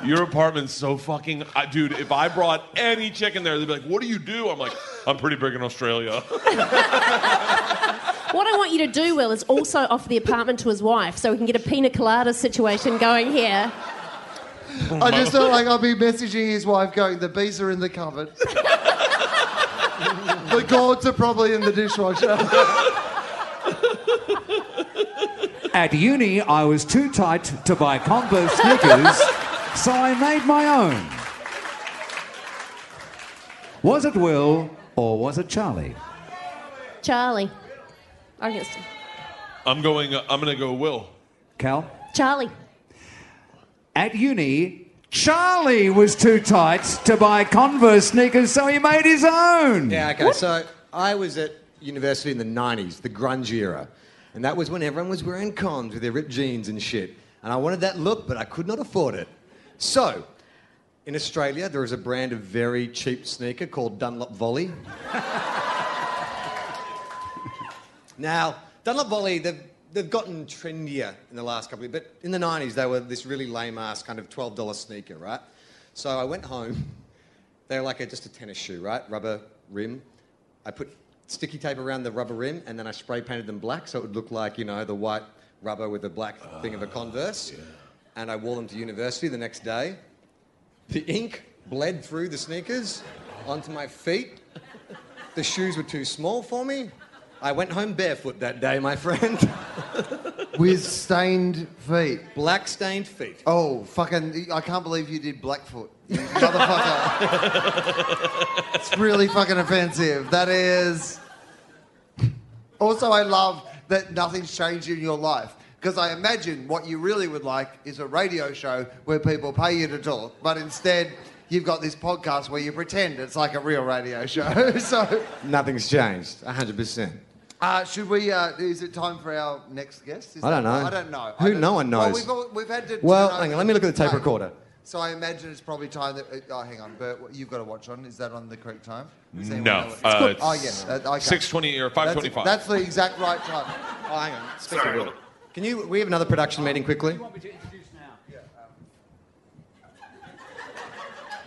Speaker 6: Your apartment's so fucking, I, dude. If I brought any chick in there, they'd be like, "What do you do?" I'm like, "I'm pretty big in Australia."
Speaker 7: What I want you to do, Will, is also offer the apartment to his wife so we can get a pina colada situation going here.
Speaker 2: uh, I just felt like I'll be messaging his wife, going, "The bees are in the cupboard. the gourds are probably in the dishwasher."
Speaker 8: At uni, I was too tight to buy Converse sneakers, so I made my own. Was it Will or was it Charlie?
Speaker 7: Charlie. I guess.
Speaker 6: I'm going. uh, I'm gonna go. Will.
Speaker 8: Cal?
Speaker 7: Charlie.
Speaker 8: At uni, Charlie was too tight to buy Converse sneakers, so he made his own.
Speaker 3: Yeah, okay. So I was at university in the 90s, the grunge era. And that was when everyone was wearing cons with their ripped jeans and shit. And I wanted that look, but I could not afford it. So, in Australia, there is a brand of very cheap sneaker called Dunlop Volley. now, Dunlop Volley, they've, they've gotten trendier in the last couple of but in the 90s, they were this really lame ass kind of $12 sneaker, right? So I went home. They were like a, just a tennis shoe, right? Rubber rim. I put sticky tape around the rubber rim and then I spray painted them black so it would look like, you know, the white rubber with the black thing of a Converse. And I wore them to university the next day. The ink bled through the sneakers onto my feet. The shoes were too small for me. I went home barefoot that day, my friend.
Speaker 2: With stained feet.
Speaker 3: Black stained feet.
Speaker 2: Oh, fucking. I can't believe you did Blackfoot. You motherfucker. it's really fucking offensive. That is. Also, I love that nothing's changed in your life. Because I imagine what you really would like is a radio show where people pay you to talk, but instead you've got this podcast where you pretend it's like a real radio show. so,
Speaker 3: Nothing's changed, 100%.
Speaker 2: uh, should we? Uh, is it time for our next guest? Is
Speaker 3: I don't
Speaker 2: that-
Speaker 3: know.
Speaker 2: I don't know. I
Speaker 3: Who-
Speaker 2: don't-
Speaker 3: no one
Speaker 2: Well,
Speaker 3: knows.
Speaker 2: we've, all, we've had to.
Speaker 3: Well,
Speaker 2: turn over
Speaker 3: hang on, let me look at the tape recorder.
Speaker 2: so I imagine it's probably time that. Oh, hang on, Bert, what- you've got a watch on. Is that on the correct time? Does anyone
Speaker 6: No,
Speaker 2: know what-
Speaker 6: uh, it's
Speaker 2: oh, yes. Uh, okay.
Speaker 6: 6:20 or
Speaker 2: That's-
Speaker 6: 5:25.
Speaker 2: That's, the exact right time.
Speaker 3: Oh, hang on. Speak to Will. Can you? We have another production meeting quickly.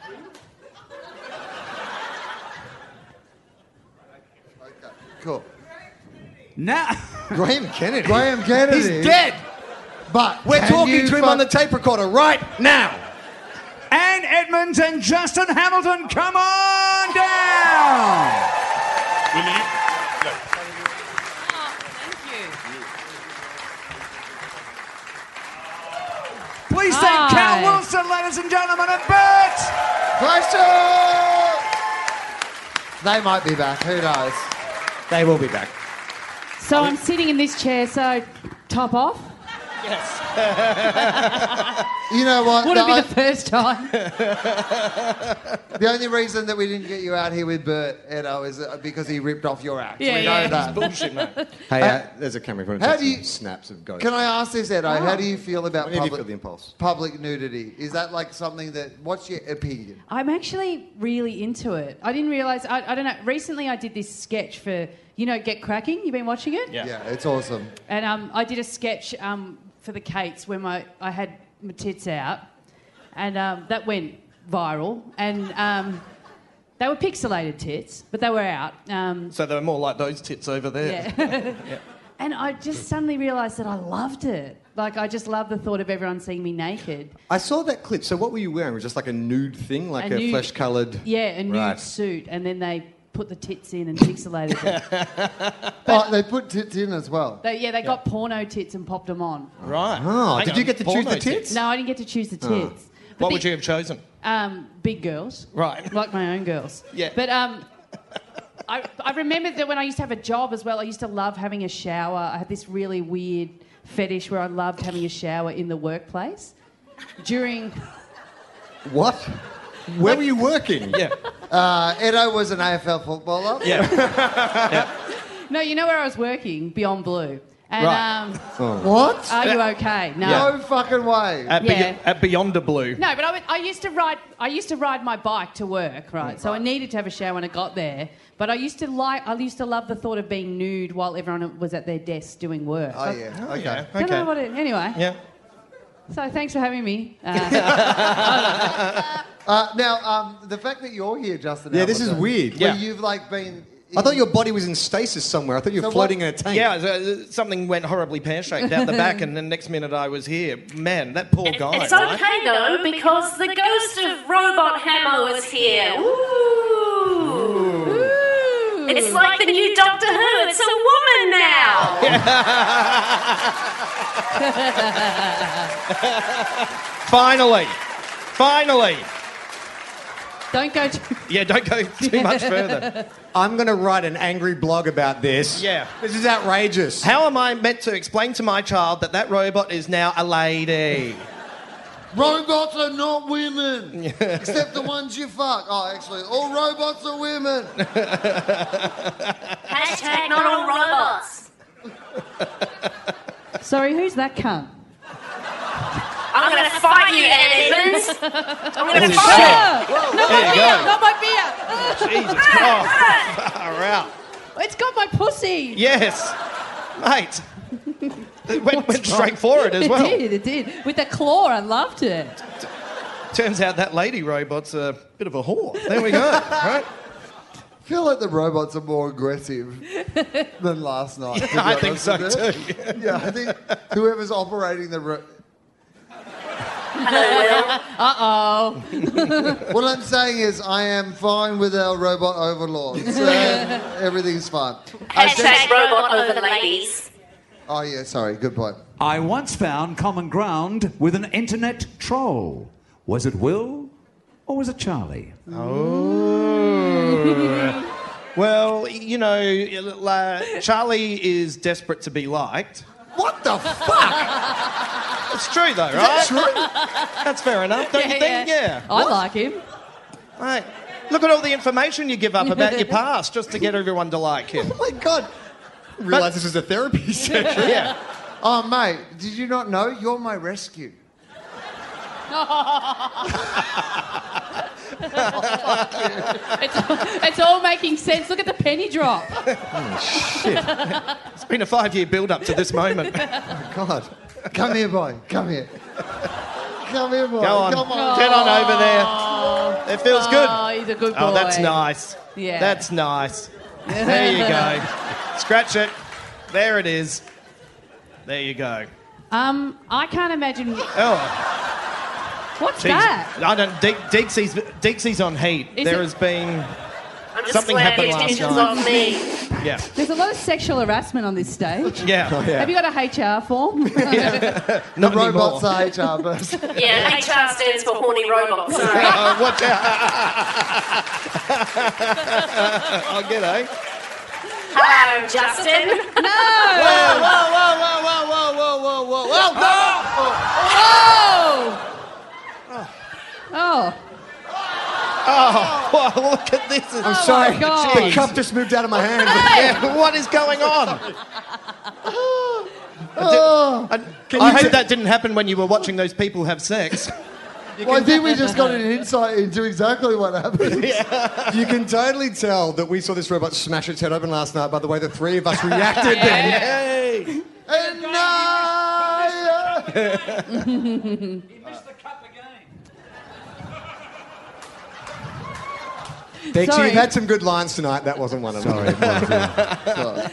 Speaker 3: um.
Speaker 2: Okay. Cool.
Speaker 8: Now,
Speaker 3: Graham Kennedy.
Speaker 2: Graham Kennedy.
Speaker 3: He's dead.
Speaker 2: But
Speaker 3: We're
Speaker 2: can
Speaker 3: talking
Speaker 2: you
Speaker 3: to him
Speaker 2: fuck-
Speaker 3: on the tape recorder right now.
Speaker 8: Anne Edmonds and Justin Hamilton, come on down!
Speaker 6: Will you-
Speaker 8: Please thank
Speaker 7: Hi.
Speaker 8: Cal Wilson, ladies and gentlemen, and Bert!
Speaker 2: Question! They might be back. Who knows?
Speaker 3: They will be back.
Speaker 9: So I'm sitting in this chair, so top off.
Speaker 2: You know what?
Speaker 9: Wouldn't
Speaker 2: the,
Speaker 9: be the first time.
Speaker 2: the only reason that we didn't get you out here with Bert, you know, is uh, because he ripped off your act.
Speaker 9: Yeah,
Speaker 2: we
Speaker 9: yeah.
Speaker 2: know that.
Speaker 3: Hey, uh, there's a camera. If
Speaker 2: How
Speaker 3: how
Speaker 2: do you-
Speaker 3: snaps of ghosts?
Speaker 2: Can I ask this, Edo? How do you feel about
Speaker 3: Whenever you
Speaker 2: public,
Speaker 3: feel the impulse.
Speaker 2: public nudity? Is that like something that? What's your opinion?
Speaker 9: I'm actually really into it. I didn't realise. I, I don't know. Recently, I did this sketch for you know Get Cracking. You've been watching it,
Speaker 2: Yeah, it's awesome.
Speaker 9: and um, I did a sketch um, for the Cates where my I had my tits out, and um, that went viral. And um, they were pixelated tits, but they were out. Um,
Speaker 10: So they're more like those tits over there.
Speaker 9: Yeah. And I just suddenly realised that I loved it. Like, I just love the thought of everyone seeing me naked.
Speaker 3: I saw that clip. So what were you wearing? Was it just like a nude thing, like a,
Speaker 9: nude-
Speaker 3: flesh-coloured.
Speaker 9: Yeah, a nude
Speaker 3: Right.
Speaker 9: suit. And then they put the tits in and pixelated them.
Speaker 2: Oh, they put tits in as well.
Speaker 9: They, yeah, they got porno tits and popped them on.
Speaker 10: Right.
Speaker 3: Oh,
Speaker 10: Hang
Speaker 3: did
Speaker 10: on,
Speaker 3: you get to choose
Speaker 10: porno
Speaker 3: the tits?
Speaker 9: No, I didn't get to choose the tits. But
Speaker 10: Ah. What
Speaker 9: the-
Speaker 10: would you have chosen?
Speaker 9: Um, big girls.
Speaker 10: Right.
Speaker 9: Like my own girls.
Speaker 10: Yeah.
Speaker 9: But um, I, I remember that when I used to have a job as well, I used to love having a shower. I had this really weird fetish where I loved having a shower in the workplace. During,
Speaker 3: What? Where were you working?
Speaker 10: Yeah.
Speaker 2: Uh, Edo was an AFL footballer.
Speaker 10: Yeah.
Speaker 9: no, you know where I was working? Beyond Blue. And
Speaker 10: Right.
Speaker 9: um,
Speaker 2: What?
Speaker 9: are you okay? No.
Speaker 2: No fucking way.
Speaker 10: At,
Speaker 9: Yeah.
Speaker 10: Beyo- at Beyond the Blue.
Speaker 9: No, but I, would, I used to ride. I used to ride my bike to work, right? So I needed to have a shower when I got there. But I used to like. I used to love the thought of being nude while everyone was at their desk doing work.
Speaker 2: oh, yeah. Okay.
Speaker 10: Okay.
Speaker 9: I don't know what it. Anyway,
Speaker 10: Yeah.
Speaker 9: so thanks for having me. Uh,
Speaker 2: Uh, now, um, the fact that you're here, Justin.
Speaker 3: Yeah, this is
Speaker 2: Hamilton,
Speaker 3: weird.
Speaker 2: where
Speaker 10: Yeah.
Speaker 2: you've like been.
Speaker 3: I thought your body was in stasis somewhere. I thought you
Speaker 2: So
Speaker 3: were floating
Speaker 2: what-
Speaker 3: in a tank.
Speaker 10: Yeah, so, uh, something went horribly pear shaped out the back, and the next minute I was here. Man, that poor guy.
Speaker 7: It's
Speaker 10: right?
Speaker 7: okay though because the ghost of Robot Hammer is here. Ooh. It's like the new Doctor Who. It's a woman now.
Speaker 10: Finally. Finally.
Speaker 9: don't go to.
Speaker 10: Yeah, don't go too much further.
Speaker 3: I'm going to write an angry blog about this.
Speaker 10: Yeah.
Speaker 3: This is outrageous.
Speaker 10: How am I meant to explain to my child that that robot is now a lady?
Speaker 2: Robots are not women, except the ones you fuck. Oh, actually, all robots are women.
Speaker 7: Hashtag not all robots.
Speaker 9: Sorry, who's that cunt?
Speaker 7: I'm gonna fight you, Anne Evans. I'm gonna
Speaker 10: Holy
Speaker 7: fight.
Speaker 10: shit.
Speaker 9: not
Speaker 10: There
Speaker 9: my
Speaker 10: you
Speaker 9: beer!
Speaker 10: go.
Speaker 9: Not my beer!
Speaker 10: Jesus Christ. Far out.
Speaker 9: It's got my pussy.
Speaker 10: Yes. Mate. It went, went straight for it as well.
Speaker 9: It did. It did. With the claw, I loved it.
Speaker 10: Turns out that lady robot's a bit of a whore. There we go. Right?
Speaker 2: I feel like the robots are more aggressive than last night. to be
Speaker 10: I think
Speaker 2: honest
Speaker 10: so
Speaker 2: with you.
Speaker 10: too.
Speaker 2: Yeah, I think whoever's operating the. Ro-
Speaker 9: Oh,
Speaker 2: what I'm saying is, I am fine with our robot overlords. and everything's fine. I
Speaker 7: Hashtag robot over the ladies.
Speaker 2: Oh yeah, sorry. Good point.
Speaker 8: I once found common ground with an internet troll. Was it Will or was it Charlie?
Speaker 10: Well, you know, la- Charlie is desperate to be liked.
Speaker 3: What the fuck?
Speaker 10: It's true though, right? That's fair enough, don't you think? Yeah.
Speaker 9: I like him.
Speaker 10: Mate, look at all the information you give up about your past just to get everyone to like you.
Speaker 3: Oh my god. Realize this is a therapy session.
Speaker 10: Yeah.
Speaker 2: Oh mate, did you not know you're my rescue?
Speaker 9: It's, it's all making sense. Look at the penny drop.
Speaker 10: It's been a five year build up to this moment.
Speaker 2: God, come here, boy. Come here. Come here, boy.
Speaker 10: Go on.
Speaker 2: Come on.
Speaker 10: Get on over there. It feels good.
Speaker 9: Oh, he's a good boy.
Speaker 10: Oh, that's nice.
Speaker 9: Yeah.
Speaker 10: That's nice. There you go. Scratch it. There it is. There you go.
Speaker 9: Um, I can't imagine.
Speaker 10: Oh,
Speaker 9: What's
Speaker 10: geez.
Speaker 9: that?
Speaker 10: I don't. Deek- Deeksy's, Deeksy's on heat.
Speaker 9: Is
Speaker 10: there
Speaker 9: it-
Speaker 10: has been.
Speaker 7: I'm just
Speaker 10: Something
Speaker 7: glad
Speaker 10: happened
Speaker 7: the
Speaker 10: last
Speaker 7: attention's
Speaker 10: night.
Speaker 7: on me.
Speaker 10: Yeah.
Speaker 9: There's a lot of sexual harassment on this stage.
Speaker 10: Yeah.
Speaker 9: Have you got a HR form?
Speaker 10: Not anymore.
Speaker 2: Robots are HR person.
Speaker 7: Yeah, HR stands for horny robot. Sorry.
Speaker 10: Oh, watch out. oh, g'day.
Speaker 7: Hello, Justin.
Speaker 9: no.
Speaker 10: Whoa, whoa, whoa, whoa, whoa, whoa, whoa, whoa, whoa.
Speaker 9: Oh. Oh.
Speaker 10: Oh, whoa, look at this. I'm
Speaker 9: sorry. Oh, my God.
Speaker 3: The cup just moved out of my hand.
Speaker 10: Yeah, what is going on? I,
Speaker 3: Can
Speaker 10: I
Speaker 3: you
Speaker 10: hope
Speaker 3: t-
Speaker 10: that didn't happen when you were watching those people have sex.
Speaker 2: Well, I think we just got an insight into exactly what happened.
Speaker 3: you can totally tell that we saw this robot smash its head open last night by the way the three of us reacted then.
Speaker 10: Hey.
Speaker 2: And I, uh,
Speaker 4: He missed the cup again.
Speaker 3: Dixie,
Speaker 9: Sorry.
Speaker 3: you've had some good lines tonight. That wasn't one of them.
Speaker 1: Sorry. Marjorie.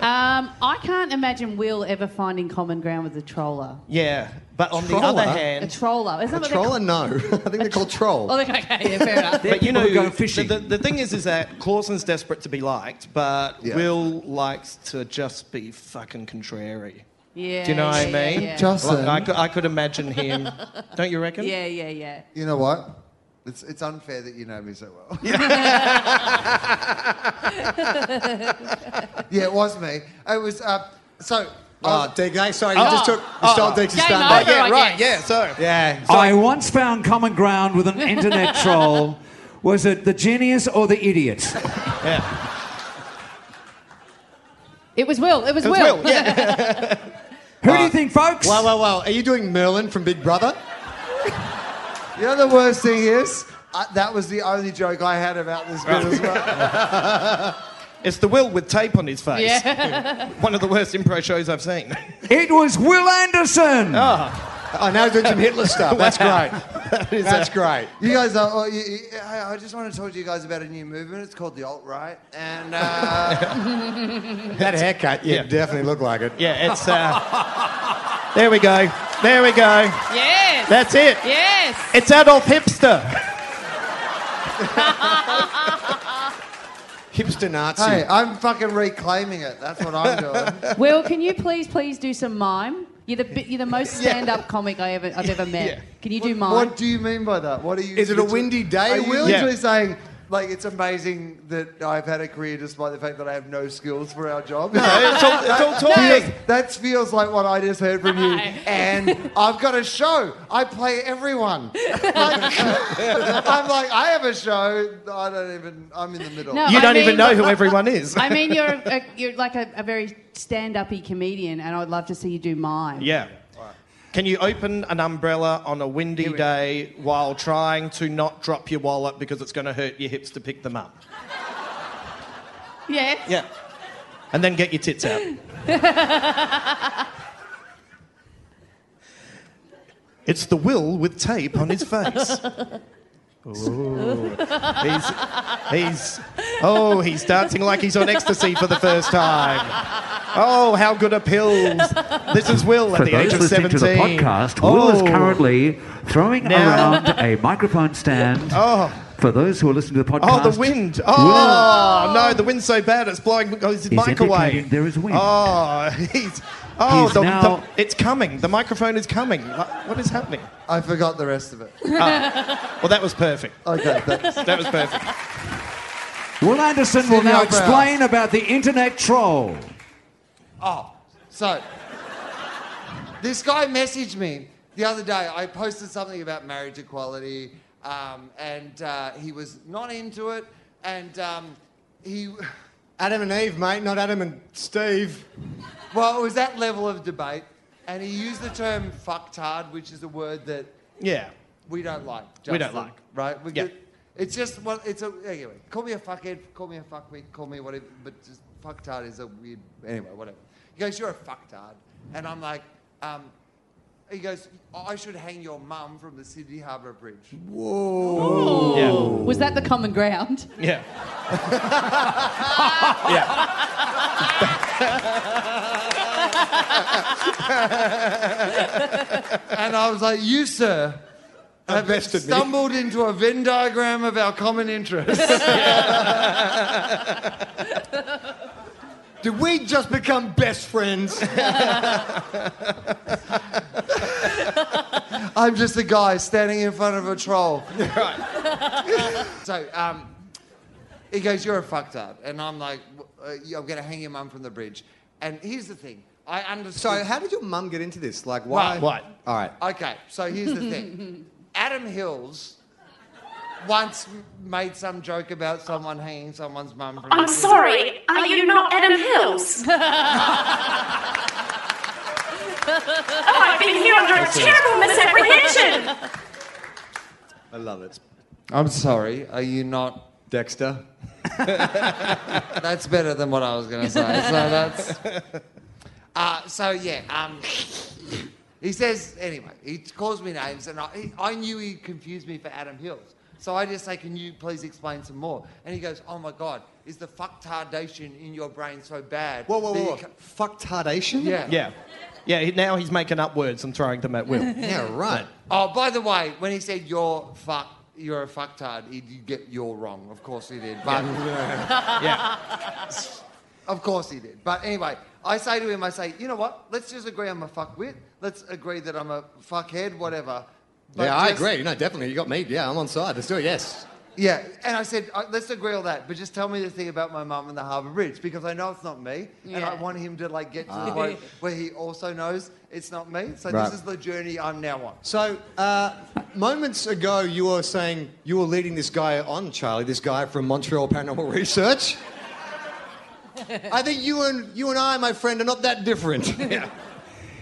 Speaker 9: Um, I can't imagine Will ever finding common ground with a troller.
Speaker 10: Yeah, but on the other
Speaker 3: Troller?
Speaker 9: A
Speaker 10: hand,
Speaker 9: troller. Isn't that
Speaker 3: A
Speaker 9: what
Speaker 3: troller?
Speaker 9: they're
Speaker 3: No. I think they're called troll.
Speaker 9: called? Oh, okay, yeah, fair enough.
Speaker 10: but you know,
Speaker 4: who go fishing.
Speaker 10: The, the, the thing is, is that Clausen's desperate to be liked, but
Speaker 2: Yeah.
Speaker 10: Will likes to just be fucking contrary.
Speaker 9: Yeah.
Speaker 10: Do you know what I
Speaker 9: yeah, yeah,
Speaker 10: mean?
Speaker 9: yeah.
Speaker 2: Justin.
Speaker 10: Like, I, could, I could imagine him. Don't you reckon?
Speaker 9: Yeah, yeah, yeah.
Speaker 2: You know what? It's, it's unfair that you know me so well. yeah, it was me. It was, uh, so.
Speaker 3: Oh, Dixie, sorry, you just
Speaker 2: Oh.
Speaker 3: took, you stole Dixie's
Speaker 9: Game
Speaker 3: thunder.
Speaker 9: over,
Speaker 10: Yeah,
Speaker 9: I
Speaker 10: right.
Speaker 9: guess.
Speaker 10: Yeah, so.
Speaker 3: Yeah.
Speaker 8: I once found common ground with an internet troll. Was it the genius or the idiot?
Speaker 9: It was Will. It was,
Speaker 10: It was
Speaker 9: Will.
Speaker 10: Will, yeah.
Speaker 8: Who
Speaker 3: Uh,
Speaker 8: do you think, folks?
Speaker 3: Wow, wow, wow. Are you doing Merlin from Big Brother?
Speaker 2: You know the worst thing is? Uh, that was the only joke I had about this bit as well.
Speaker 10: It's the Will with tape on his face.
Speaker 9: Yeah.
Speaker 10: One of the worst improv shows I've seen.
Speaker 8: It was Will
Speaker 3: Oh,
Speaker 8: Anderson.
Speaker 3: I know doing some Hitler
Speaker 10: Oh,
Speaker 3: stuff. That's great. That's great.
Speaker 2: You guys are, oh, you, you- I I just want to talk to you guys about a new movement. It's called the alt right. And uh,
Speaker 3: That haircut, yeah,
Speaker 10: Yeah.
Speaker 3: definitely looked like it.
Speaker 10: Yeah, it's. Uh, there we go. There we go.
Speaker 9: yes.
Speaker 10: That's it.
Speaker 9: yes.
Speaker 10: It's Adolf Hipster.
Speaker 3: Hipster Nazi.
Speaker 2: hey, I'm fucking reclaiming it. That's what I'm doing.
Speaker 9: Will, can you please, please do some mime? You're the bi- you're the most
Speaker 10: Yeah.
Speaker 9: stand-up comic I ever I've ever met.
Speaker 10: Yeah.
Speaker 9: Can you do mime?
Speaker 2: What do you mean by that? What are you?
Speaker 3: Is it a
Speaker 2: literally-
Speaker 3: windy day,
Speaker 2: Are you
Speaker 3: Will?
Speaker 2: literally
Speaker 10: Yeah.
Speaker 2: saying like it's amazing that I've had a career despite the fact that I have no skills for our job?
Speaker 10: it's all, it's all talk.
Speaker 2: Feels- that feels like what I just heard from you.
Speaker 9: No.
Speaker 2: And I've got a show. I play everyone. Like, I'm like, I have a show. I don't even. I'm in the middle.
Speaker 9: No.
Speaker 10: You
Speaker 9: I
Speaker 10: don't even
Speaker 9: mean-
Speaker 10: know who everyone is.
Speaker 9: I mean, you're a, a, you're like a, a very stand-uppy comedian, and I'd love to see you do mime.
Speaker 10: yeah. Can you open an umbrella on a windy day while trying to not drop your wallet because it's going to hurt your hips to pick them up?
Speaker 9: Yes.
Speaker 10: Yeah. And then get your tits out. it's the Will with tape on his face. Ooh. He's, he's, oh, he's dancing like he's on ecstasy for the first time. Oh, how good are pills? This is Will at
Speaker 8: For
Speaker 10: the age
Speaker 8: those
Speaker 10: of
Speaker 8: listening
Speaker 10: 17.
Speaker 8: to the podcast, Will
Speaker 10: oh,
Speaker 8: is currently throwing
Speaker 10: Now-
Speaker 8: around a microphone stand.
Speaker 10: Oh.
Speaker 8: For those who are listening to the
Speaker 10: Oh,
Speaker 8: podcast,
Speaker 10: the wind. Oh, no, the wind's so bad it's blowing oh, his mic away.
Speaker 8: indicating there is wind.
Speaker 10: Oh, he's. Oh,
Speaker 8: He's
Speaker 10: the, the-
Speaker 8: now-
Speaker 10: it's coming. The microphone is coming. Like, What is happening?
Speaker 2: I forgot the rest of it.
Speaker 10: Well, that was perfect.
Speaker 2: Okay, thanks.
Speaker 10: That was perfect.
Speaker 8: Will, Will Anderson will
Speaker 2: Sydney
Speaker 8: now
Speaker 2: Opera
Speaker 8: explain about the internet troll.
Speaker 2: oh, So, this guy messaged me the other day. I posted something about marriage equality, um, and uh, he was not into it. And um, he,
Speaker 3: Adam and Eve, mate, not Adam and Steve.
Speaker 2: well, it was that level of debate. And he used the term fucktard, which is a word that
Speaker 10: Yeah.
Speaker 2: we don't like.
Speaker 10: We
Speaker 2: Justin,
Speaker 10: don't like.
Speaker 2: Right? We
Speaker 10: Yeah.
Speaker 2: get- it's just well, it's a anyway. Call me a fuckhead. Call me a fuckwit. Call me whatever. But just fucktard is a weird. Anyway, whatever. He goes, "You're a fucktard," and I'm like, um, he goes, "I should hang your mum from the Sydney Harbour Bridge."
Speaker 10: Yeah.
Speaker 9: Was that the common ground?
Speaker 10: Yeah. yeah.
Speaker 2: And I was like, "You, sir." Have
Speaker 3: bested me."
Speaker 2: stumbled into a Venn diagram of our common interests.
Speaker 3: Did we just become best friends?
Speaker 2: I'm just a guy standing in front of a troll. so um, he goes, "You're a fucktard," and I'm like, "W- uh, yeah, "I'm going to hang your mum from the bridge." And here's the thing: I
Speaker 3: so,
Speaker 2: understood.
Speaker 3: how did your mum get into this? Like, why?
Speaker 10: Right.
Speaker 3: All right.
Speaker 2: okay, so here's the thing: Adam Hills once m- made some joke about someone hanging someone's mum from.
Speaker 7: I'm
Speaker 2: the bridge.
Speaker 7: sorry, are you not Adam Hills? oh, I've been here under a terrible misapprehension.
Speaker 3: I love it.
Speaker 2: I'm sorry. Are you not?
Speaker 3: Dexter.
Speaker 2: That's better than what I was going to say. So that's. Uh, so yeah, um, he says anyway. He calls me names, and I, he, I knew he confused me for Adam Hills. So I just say, Can you please explain some more? And he goes, Oh my God, is the fucktardation in your brain so bad?
Speaker 3: Whoa, whoa,
Speaker 2: that you
Speaker 3: whoa.
Speaker 2: ca-
Speaker 3: Fuck tardation?
Speaker 2: Yeah.
Speaker 10: Yeah. Yeah, he- now he's making up words and throwing them at Will.
Speaker 3: Yeah, right.
Speaker 2: Oh, by the way, when he said you're fuck, you're a fucktard, he did get you're wrong. Of course he did. But
Speaker 10: Yeah.
Speaker 2: Of course he did. But anyway, I say to him, I say, you know what? Let's just agree I'm a fuckwit. Let's agree that I'm a fuckhead, whatever. But
Speaker 3: yeah, I
Speaker 2: just-
Speaker 3: agree. No, definitely. You got me. Yeah, I'm on side. Let's do it. Yes.
Speaker 2: Yeah, and I said, "Uh, let's agree all that, but just tell me the thing about my mum and the Harbour Bridge because I know it's not me, and I
Speaker 9: Yeah.
Speaker 2: want him to like get to the point where he also knows it's not me. So
Speaker 3: Ah. Right.
Speaker 2: this is the journey I'm now on.
Speaker 3: So, uh, moments ago, you were saying you were leading this guy on, Charlie, this guy from Montreal Paranormal Research. I think you and you and I, my friend, are not that different. Yeah.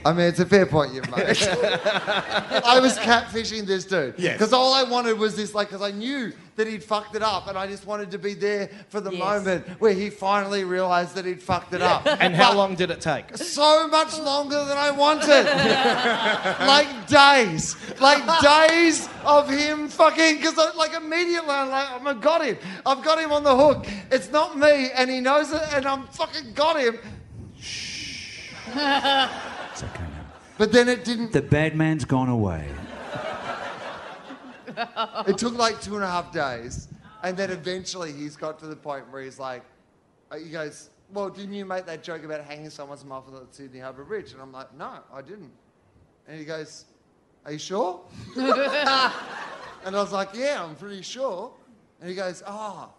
Speaker 2: I mean, it's a fair point you've made. I was catfishing this dude.
Speaker 3: Yes.
Speaker 2: Because all I wanted was this, like, because I knew that he'd fucked it up, and I just wanted to be there for the
Speaker 9: Yes.
Speaker 2: moment where he finally realised that he'd fucked it up.
Speaker 10: And how long did it take?
Speaker 2: So much longer than I wanted. like days. Like days of him fucking, because like immediately I'm like, oh my, got him. I've got him on the hook. It's not me, and he knows it, and I'm fucking got him.
Speaker 1: It's okay now.
Speaker 2: But then it didn't
Speaker 1: The bad man's gone away.
Speaker 2: It took like two and a half days, and then eventually he's got to the point where he's like, uh, he goes, "Well, didn't you make that joke about hanging someone's mouth at the Sydney Harbour Bridge?" And I'm like, "No, I didn't." And he goes, "Are you sure?" and I was like, "Yeah, I'm pretty sure." And he goes, "Ah."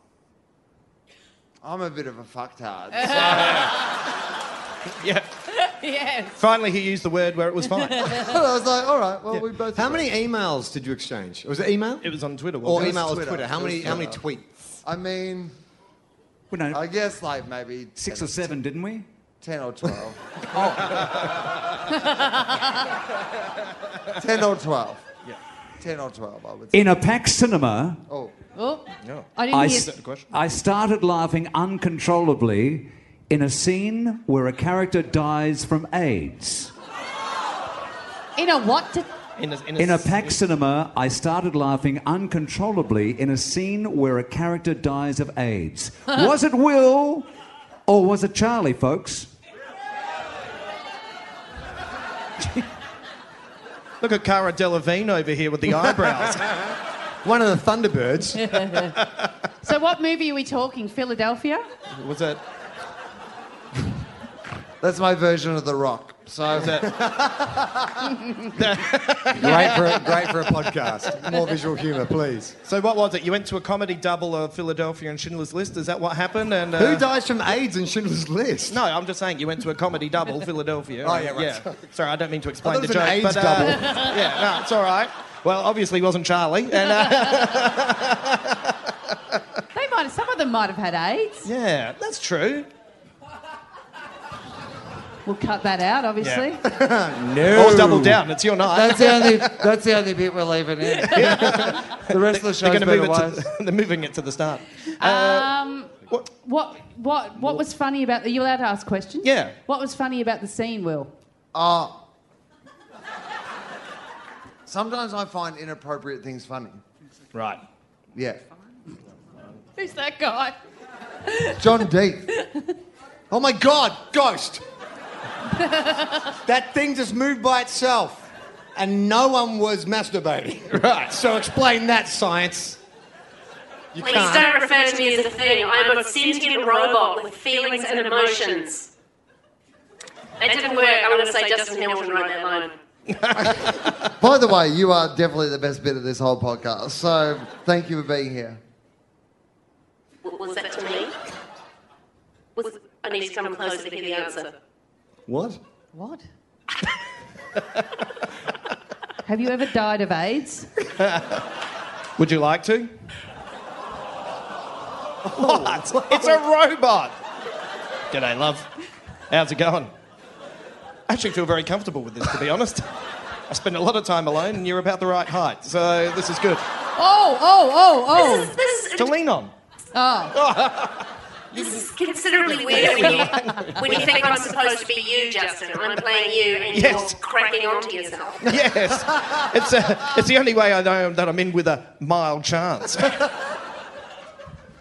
Speaker 2: I'm a bit of a fucktard. So
Speaker 10: Yeah.
Speaker 9: yes.
Speaker 10: Finally, he used the word where it was fine.
Speaker 2: I was like, all right, well, we both.
Speaker 3: How
Speaker 2: agree."
Speaker 3: many emails did you exchange? Was it email?
Speaker 10: It was on Twitter.
Speaker 3: or
Speaker 10: Wasn't it?
Speaker 3: email was Twitter.
Speaker 2: Twitter.
Speaker 3: How
Speaker 2: It was
Speaker 3: many? How many
Speaker 2: Twitter.
Speaker 3: tweets?
Speaker 2: I mean,
Speaker 1: We know
Speaker 2: I guess like maybe
Speaker 1: six or seven, didn't we?
Speaker 2: 10 or 12. 10 or 12. Yeah. 10 or 12, I would say.
Speaker 1: In a packed cinema,
Speaker 2: Oh,
Speaker 9: Oh,
Speaker 10: No.
Speaker 9: I didn't
Speaker 1: I,
Speaker 9: hear.
Speaker 1: s-
Speaker 10: the question?
Speaker 1: I started laughing uncontrollably in a scene where a character dies from AIDS.
Speaker 9: In a what? To,
Speaker 10: In a, in
Speaker 1: In a packed cinema, I started laughing uncontrollably in a scene where a character dies of AIDS. Was it Will or was it Charlie, folks?
Speaker 10: Look at Cara Delevingne over here with the eyebrows.
Speaker 3: One of the Thunderbirds.
Speaker 9: so, what movie are we talking? Philadelphia?
Speaker 10: was that?
Speaker 2: that's my version of The Rock. So,
Speaker 3: great for a, great for a podcast. More visual humour, please.
Speaker 10: So what was it? You went to a comedy double of Philadelphia and Schindler's List. Is that what happened? And uh,
Speaker 3: Who dies from AIDS in Schindler's List?
Speaker 10: No, I'm just saying you went to a comedy double, Philadelphia.
Speaker 3: Oh, yeah, right.
Speaker 10: Yeah. Sorry, I don't mean to explain
Speaker 3: it
Speaker 10: the
Speaker 3: was an
Speaker 10: joke.
Speaker 3: AIDS
Speaker 10: but, uh,
Speaker 3: double.
Speaker 10: yeah, no, it's all right. Well, obviously it wasn't Charlie. And, uh,
Speaker 9: They might. Some of them might have had AIDS.
Speaker 10: yeah, that's true.
Speaker 9: We'll cut that out, obviously.
Speaker 10: No. Or double down. It's your night.
Speaker 2: that's the only, that's the only bit we're leaving in. the rest of the show's
Speaker 10: They're
Speaker 2: been
Speaker 10: going to move it
Speaker 2: away.
Speaker 10: to. They're moving it to the start.
Speaker 9: Um,
Speaker 10: Uh, What?
Speaker 9: what? What? What was funny about? Are you allowed to ask questions?
Speaker 10: Yeah.
Speaker 9: What was funny about the scene, Will?
Speaker 2: Oh. Sometimes I find inappropriate things funny.
Speaker 10: Right.
Speaker 2: Yeah.
Speaker 9: Who's that guy?
Speaker 2: John Deep.
Speaker 3: Oh my God, ghost! that thing just moved by itself, and no one was masturbating. Right. So explain that science. You
Speaker 7: Please don't refer to me as a thing. I'm a sentient robot with feelings and emotions. That didn't work. I'm going to say Justin Hamilton wrote that line.
Speaker 2: By the way, you are definitely the best bit of this whole podcast. So, thank you for being here.
Speaker 7: W- Was that to me? Was, I need to come closer to hear the answer.
Speaker 3: What?
Speaker 9: What? have you ever died of AIDS?
Speaker 10: Would you like to? What? It's a robot. G'day, love. How's it going? I actually feel very comfortable with this, to be honest. I spend a lot of time alone, and you're about the right height, so this is good
Speaker 9: Oh! Oh! Oh! Oh!
Speaker 7: This is, this is,
Speaker 10: to lean on.
Speaker 9: Oh.
Speaker 11: This is considerably weird when you, when you think I'm supposed to be you, Justin. I'm playing you and
Speaker 10: Yes.
Speaker 11: you're cracking onto yourself.
Speaker 10: Yes, it's, uh it's the only way I know that I'm in with a mild chance.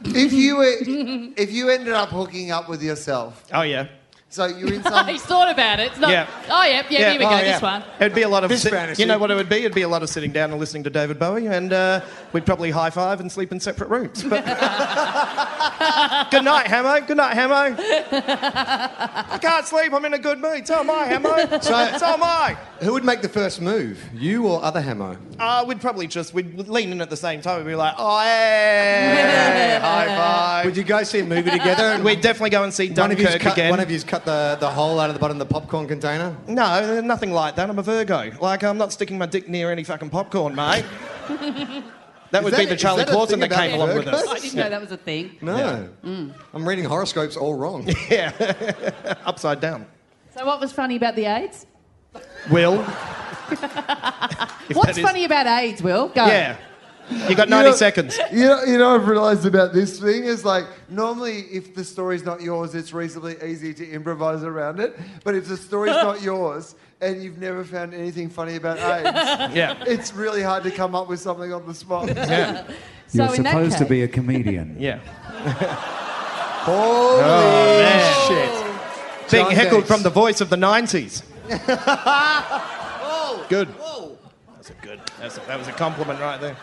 Speaker 2: If you were, if you ended up hooking up with yourself,
Speaker 10: Oh yeah,
Speaker 2: so you're in some.
Speaker 9: He's thought about it. It's not,
Speaker 10: Yeah.
Speaker 9: Oh, yep, yeah, here we go,
Speaker 10: Oh, yeah.
Speaker 9: this one.
Speaker 10: It'd be a lot of
Speaker 2: This
Speaker 10: sit-
Speaker 2: fantasy.
Speaker 10: you know what it would be. It'd be a lot of sitting down and listening to David Bowie, and uh, we'd probably high five and sleep in separate rooms. But good night, Hamo. Good night, Hamo. I can't sleep. I'm in a good mood. So am I, Hamo. So, so am I.
Speaker 3: Who would make the first move, you or other Hamo?
Speaker 10: Uh, we'd probably just we'd lean in at the same time. We'd be like, oh hey, high five.
Speaker 3: Would you guys see a movie together? And
Speaker 10: We'd definitely go and see
Speaker 3: one of you's
Speaker 10: Dunkirk
Speaker 3: cut,
Speaker 10: again.
Speaker 3: one of you's cut the, the hole out of the bottom of the popcorn container.
Speaker 10: No, nothing like that. I'm a Virgo. Like, I'm not sticking my dick near any fucking popcorn, mate. that would
Speaker 3: that-
Speaker 10: be the
Speaker 3: is
Speaker 10: Charlie
Speaker 3: that a
Speaker 10: Clausen
Speaker 3: thing
Speaker 10: that came
Speaker 3: about
Speaker 10: along with
Speaker 3: Virgos?
Speaker 9: I
Speaker 10: us.
Speaker 9: didn't know that was a thing.
Speaker 3: No, I'm reading horoscopes all wrong.
Speaker 10: Upside down.
Speaker 9: So, what was funny about the AIDS?
Speaker 10: Will. If
Speaker 9: What's
Speaker 10: that is-
Speaker 9: funny about AIDS, Will? Go.
Speaker 10: Yeah. You got 90
Speaker 2: know-
Speaker 10: seconds.
Speaker 2: You know, you know, what I've realised about this thing is like normally if the story's not yours, it's reasonably easy to improvise around it. But if the story's not yours and you've never found anything funny about AIDS,
Speaker 10: Yeah.
Speaker 2: it's really hard to come up with something on the spot.
Speaker 10: Yeah.
Speaker 9: So,
Speaker 8: You're
Speaker 9: in that
Speaker 8: supposed to
Speaker 9: case-
Speaker 8: be a comedian.
Speaker 10: Yeah.
Speaker 2: Holy
Speaker 10: Oh, man.
Speaker 2: shit!
Speaker 10: Being
Speaker 2: John
Speaker 10: heckled
Speaker 2: Gates.
Speaker 10: from the voice of the 90s. Good. That's a good. That's a, that was a compliment right there.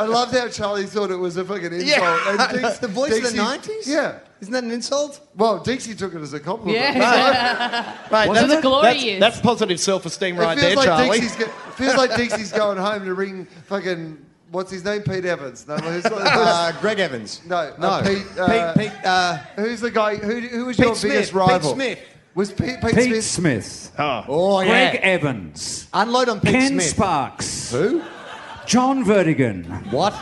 Speaker 2: I loved how Charlie thought it was a fucking insult.
Speaker 10: Yeah.
Speaker 2: And Dix-
Speaker 3: The voice of the
Speaker 2: Dixie-
Speaker 3: 90s?
Speaker 2: Yeah.
Speaker 3: Isn't that an insult?
Speaker 2: Well, Dixie took it as a compliment.
Speaker 9: Yeah.
Speaker 10: Mate,
Speaker 9: Wasn't
Speaker 10: that's,
Speaker 9: it glorious?
Speaker 10: That's, that's positive self-esteem
Speaker 2: It
Speaker 10: right
Speaker 2: feels
Speaker 10: there,
Speaker 2: like
Speaker 10: Charlie.
Speaker 2: Dixie's go- it feels like Dixie's going home to ring fucking what's his name, Pete Evans. No, who's,
Speaker 3: Uh, Greg Evans.
Speaker 2: No,
Speaker 3: no.
Speaker 2: uh, Pete, uh,
Speaker 3: Pete, Pete, uh,
Speaker 2: who's the guy? Who, who was
Speaker 3: Pete
Speaker 2: your
Speaker 3: Smith,
Speaker 2: biggest
Speaker 3: Pete
Speaker 2: rival?
Speaker 3: Smith.
Speaker 2: Was Pete, Pete,
Speaker 8: Pete
Speaker 2: Smith?
Speaker 8: Smith.
Speaker 3: oh yeah.
Speaker 8: Greg Evans.
Speaker 3: Unload on Pete
Speaker 8: Ken
Speaker 3: Smith.
Speaker 8: Sparks.
Speaker 3: Who?
Speaker 8: John Vertigan.
Speaker 3: What?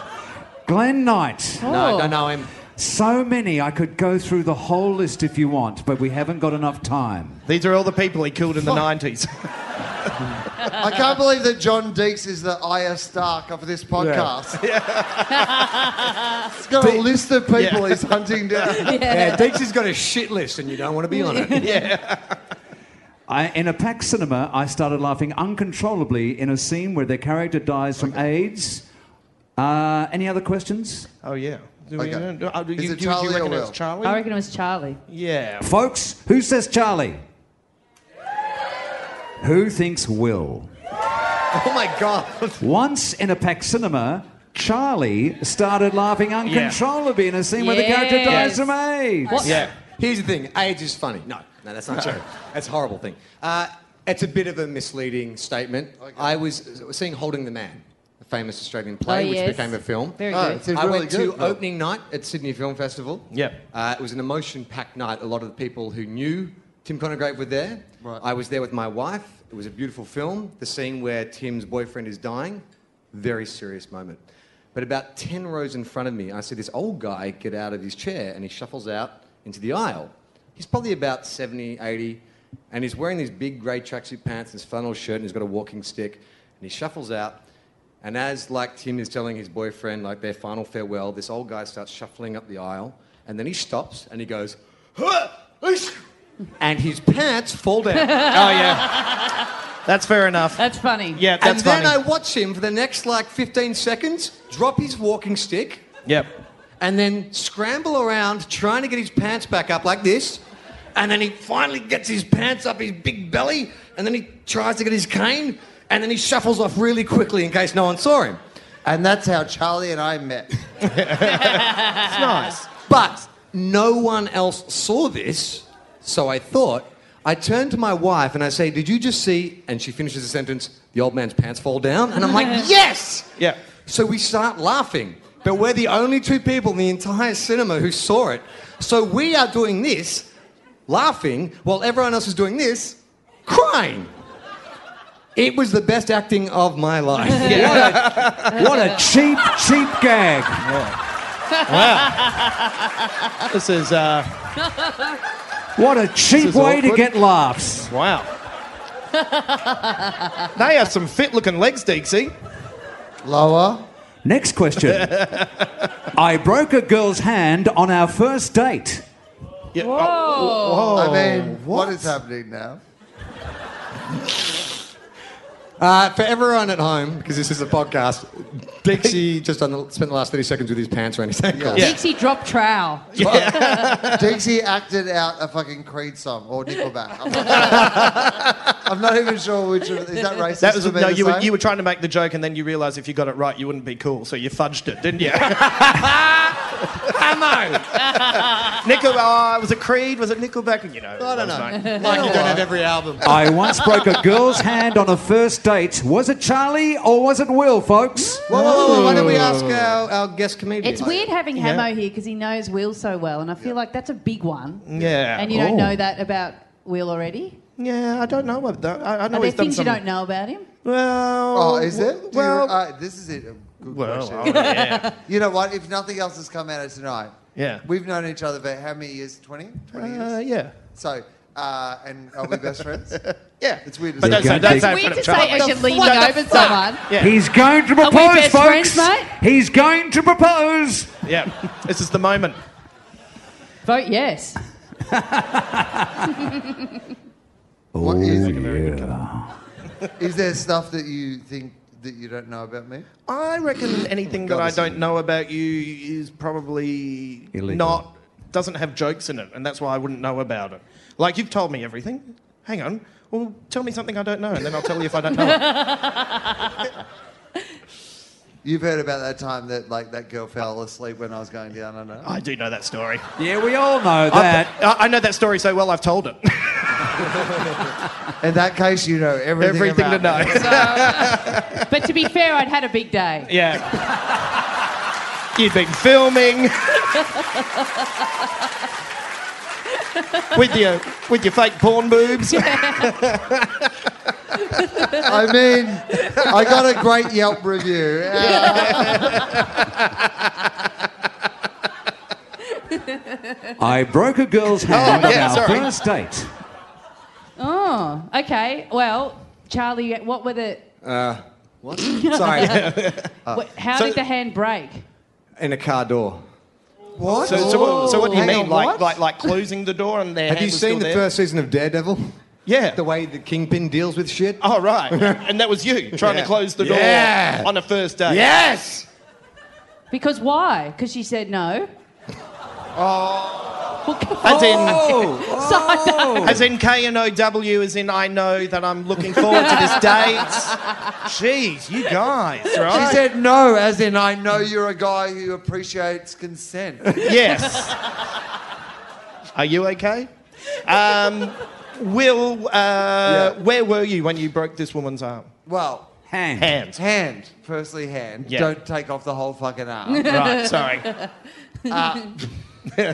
Speaker 8: Glenn Knight.
Speaker 9: Oh,
Speaker 3: No, don't know him.
Speaker 8: So many. I could go through the whole list if you want, but we haven't got enough time.
Speaker 10: These are all the people he killed in the 90s.
Speaker 2: I can't believe that John Deeks is the I.S. Stark of this podcast. He's got a list of people
Speaker 10: Yeah.
Speaker 2: he's hunting down.
Speaker 3: Yeah, Deeksy's got a shit list and you don't want to be on it.
Speaker 8: I, in a packed cinema, I started laughing uncontrollably in a scene where their character dies from AIDS. Uh, any other questions?
Speaker 10: Oh yeah. Do
Speaker 2: Okay.
Speaker 10: know- oh, do
Speaker 2: Is it
Speaker 10: do
Speaker 2: Charlie or
Speaker 10: reckon
Speaker 2: Will?
Speaker 10: it's Charlie?
Speaker 9: I reckon it was Charlie.
Speaker 10: yeah.
Speaker 8: Folks, who says Charlie? Who thinks Will?
Speaker 3: oh my god.
Speaker 8: Once in a packed cinema, Charlie started laughing uncontrollably in a scene where the character dies
Speaker 9: Yes.
Speaker 8: from AIDS.
Speaker 10: Yeah.
Speaker 3: Here's the thing AIDS is funny. No, no, that's not true. That's a horrible thing. Uh, it's a bit of a misleading statement. I was seeing Holding the Man, a famous Australian play,
Speaker 9: Oh,
Speaker 3: which
Speaker 9: yes.
Speaker 3: became a film.
Speaker 9: Very
Speaker 2: Oh,
Speaker 9: good.
Speaker 2: it's a
Speaker 3: I
Speaker 2: really
Speaker 3: went
Speaker 2: good
Speaker 3: to
Speaker 2: film.
Speaker 3: opening night at Sydney Film Festival.
Speaker 10: Yeah.
Speaker 3: Uh, it was an emotion-packed night. A lot of the people who knew Tim Conograve were there.
Speaker 2: Right.
Speaker 3: I was there with my wife. It was a beautiful film. The scene where Tim's boyfriend is dying, very serious moment. But about ten rows in front of me, I see this old guy get out of his chair and he shuffles out into the aisle. He's probably about 70, 80, and he's wearing these big grey tracksuit pants and his flannel shirt and he's got a walking stick and he shuffles out. And as like Tim is telling his boyfriend like their final farewell, this old guy starts shuffling up the aisle, and then he stops and he goes, "Huh, ish," and his pants fall down.
Speaker 10: Oh yeah. That's fair enough.
Speaker 9: That's funny.
Speaker 10: yeah,
Speaker 3: and
Speaker 10: that's
Speaker 3: then
Speaker 10: funny.
Speaker 3: I watch him for the next like 15 seconds drop his walking stick,
Speaker 10: Yep.
Speaker 3: and then scramble around trying to get his pants back up like this. And then he finally gets his pants up his big belly, and then he tries to get his cane, and then he shuffles off really quickly in case no one saw him.
Speaker 2: And that's how Charlie and I met.
Speaker 3: It's nice. But no one else saw this, so I thought. I turned to my wife and I say, Did you just see? And she finishes the sentence, The old man's pants fall down. And I'm like, Yes!
Speaker 10: Yeah.
Speaker 3: So we start laughing. But we're the only two people in the entire cinema who saw it. So we are doing this, laughing, while everyone else is doing this, crying. It was the best acting of my life.
Speaker 8: What a cheap, cheap gag.
Speaker 10: This is uh
Speaker 8: What a cheap
Speaker 10: is
Speaker 8: way to
Speaker 10: awkward.
Speaker 8: get laughs.
Speaker 10: wow. they have some fit looking legs, Dixie.
Speaker 2: Lower.
Speaker 8: Next question. I broke a girl's hand on our first date.
Speaker 2: Whoa.
Speaker 10: Oh.
Speaker 2: I mean, what is happening now?
Speaker 3: Uh, for everyone at home, because this is a podcast, Dixie just done the, spent the last 30 seconds with his pants around his ankles.
Speaker 9: Dixie drop trowel.
Speaker 2: Dixie acted out a fucking Creed song or Nickelback. I'm not, I'm not even sure which of, is that racist.
Speaker 10: That was
Speaker 2: for me
Speaker 10: no.
Speaker 2: to
Speaker 10: You were,
Speaker 2: say?
Speaker 10: you were trying to make the joke, and then you realised if you got it right, you wouldn't be cool, so you fudged it, didn't you? Ammo. Nickel. Oh, was it Creed? Was it Nickelback? You know. Uh, I don't know.
Speaker 3: Like you don't have every album.
Speaker 8: I once broke a girl's hand on a first date. Was it Charlie or was it Will, folks?
Speaker 3: Whoa, whoa, whoa, Why don't we ask our, our guest comedian?
Speaker 9: It's weird having Hamo here because he knows Will so well, and I feel like that's a big one.
Speaker 10: Yeah.
Speaker 9: And you don't
Speaker 8: Oh.
Speaker 9: know that about Will already.
Speaker 10: Yeah, I don't know what that. I, I know
Speaker 9: Are there
Speaker 10: he's done
Speaker 9: things you
Speaker 10: some-
Speaker 9: don't know about him?
Speaker 10: Well,
Speaker 2: Oh, is it? Do you-
Speaker 10: Well,
Speaker 2: uh, this is it. A Good
Speaker 10: well,
Speaker 2: question.
Speaker 10: oh, yeah,
Speaker 2: You know what? If nothing else has come out of tonight,
Speaker 10: yeah,
Speaker 2: we've known each other for how many years? 20? 20 years?
Speaker 10: uh, yeah,
Speaker 2: So, uh, and are we best friends?
Speaker 10: yeah.
Speaker 2: It's weird.
Speaker 10: But
Speaker 2: isn't
Speaker 10: that's
Speaker 2: it?
Speaker 8: You're
Speaker 10: that's
Speaker 8: going
Speaker 9: Weird to say as you're leaning over someone.
Speaker 10: Yeah.
Speaker 8: He's going to
Speaker 9: Are
Speaker 8: propose,
Speaker 9: we best
Speaker 8: folks.
Speaker 9: friends, mate?
Speaker 8: He's going to propose.
Speaker 10: yeah. This is the moment.
Speaker 9: Vote yes.
Speaker 2: What is,
Speaker 8: Oh, yeah.
Speaker 2: is there stuff that you think that you don't know about me?
Speaker 10: I reckon anything that I don't know about you is probably
Speaker 8: Illegal.
Speaker 10: not doesn't have jokes in it, and that's why I wouldn't know about it. Like you've told me everything. Hang on. Well, tell me something I don't know, and then I'll tell you if I don't know. it.
Speaker 2: You've heard about that time that like that girl fell asleep when I was going down under.
Speaker 10: I do know that story.
Speaker 8: Yeah, we all know
Speaker 10: I've-
Speaker 8: that.
Speaker 10: I, I know that story so well. I've told it.
Speaker 2: In that case, you know everything.
Speaker 10: everything to
Speaker 2: about me.
Speaker 10: know.
Speaker 9: But to be fair, I'd had a big day.
Speaker 10: yeah. You've been filming with your with your fake porn boobs.
Speaker 2: I mean, I got a great Yelp review. Uh,
Speaker 8: I broke a girl's hand
Speaker 10: Oh,
Speaker 8: on
Speaker 10: yeah,
Speaker 8: our
Speaker 10: sorry.
Speaker 8: first date.
Speaker 9: Oh, okay. Well, Charlie, what were the.
Speaker 3: Sorry.
Speaker 9: what- how
Speaker 3: so-
Speaker 9: did the hand break?
Speaker 3: In a car door.
Speaker 2: what?
Speaker 10: So, so, what, so what do you
Speaker 2: Hang
Speaker 10: mean?
Speaker 2: on,
Speaker 10: like,
Speaker 2: what?
Speaker 10: like like closing the door and their
Speaker 3: Have
Speaker 10: hand
Speaker 3: you
Speaker 10: was
Speaker 3: seen
Speaker 10: still
Speaker 3: the
Speaker 10: there?
Speaker 3: first season of Daredevil?
Speaker 10: Yeah.
Speaker 3: The way the Kingpin deals with shit?
Speaker 10: oh right, and that was you trying
Speaker 3: Yeah.
Speaker 10: to close the door
Speaker 3: Yeah.
Speaker 10: on a first date.
Speaker 3: Yes!
Speaker 9: Because why? Because she said no.
Speaker 10: As in,
Speaker 3: Oh.
Speaker 9: So I don't-
Speaker 10: as in K N O W, as in I know that I'm looking forward to this date. Jeez, you guys, right?
Speaker 2: She said no, as in I know you're a guy who appreciates consent.
Speaker 10: yes. Are you okay? Um, Will, uh, where were you when you broke this woman's arm?
Speaker 2: Well,
Speaker 8: Hand.
Speaker 10: Hands.
Speaker 2: hand. Firstly, hand.
Speaker 10: Yeah.
Speaker 2: Don't take off the whole fucking arm.
Speaker 10: Right, sorry.
Speaker 2: Uh,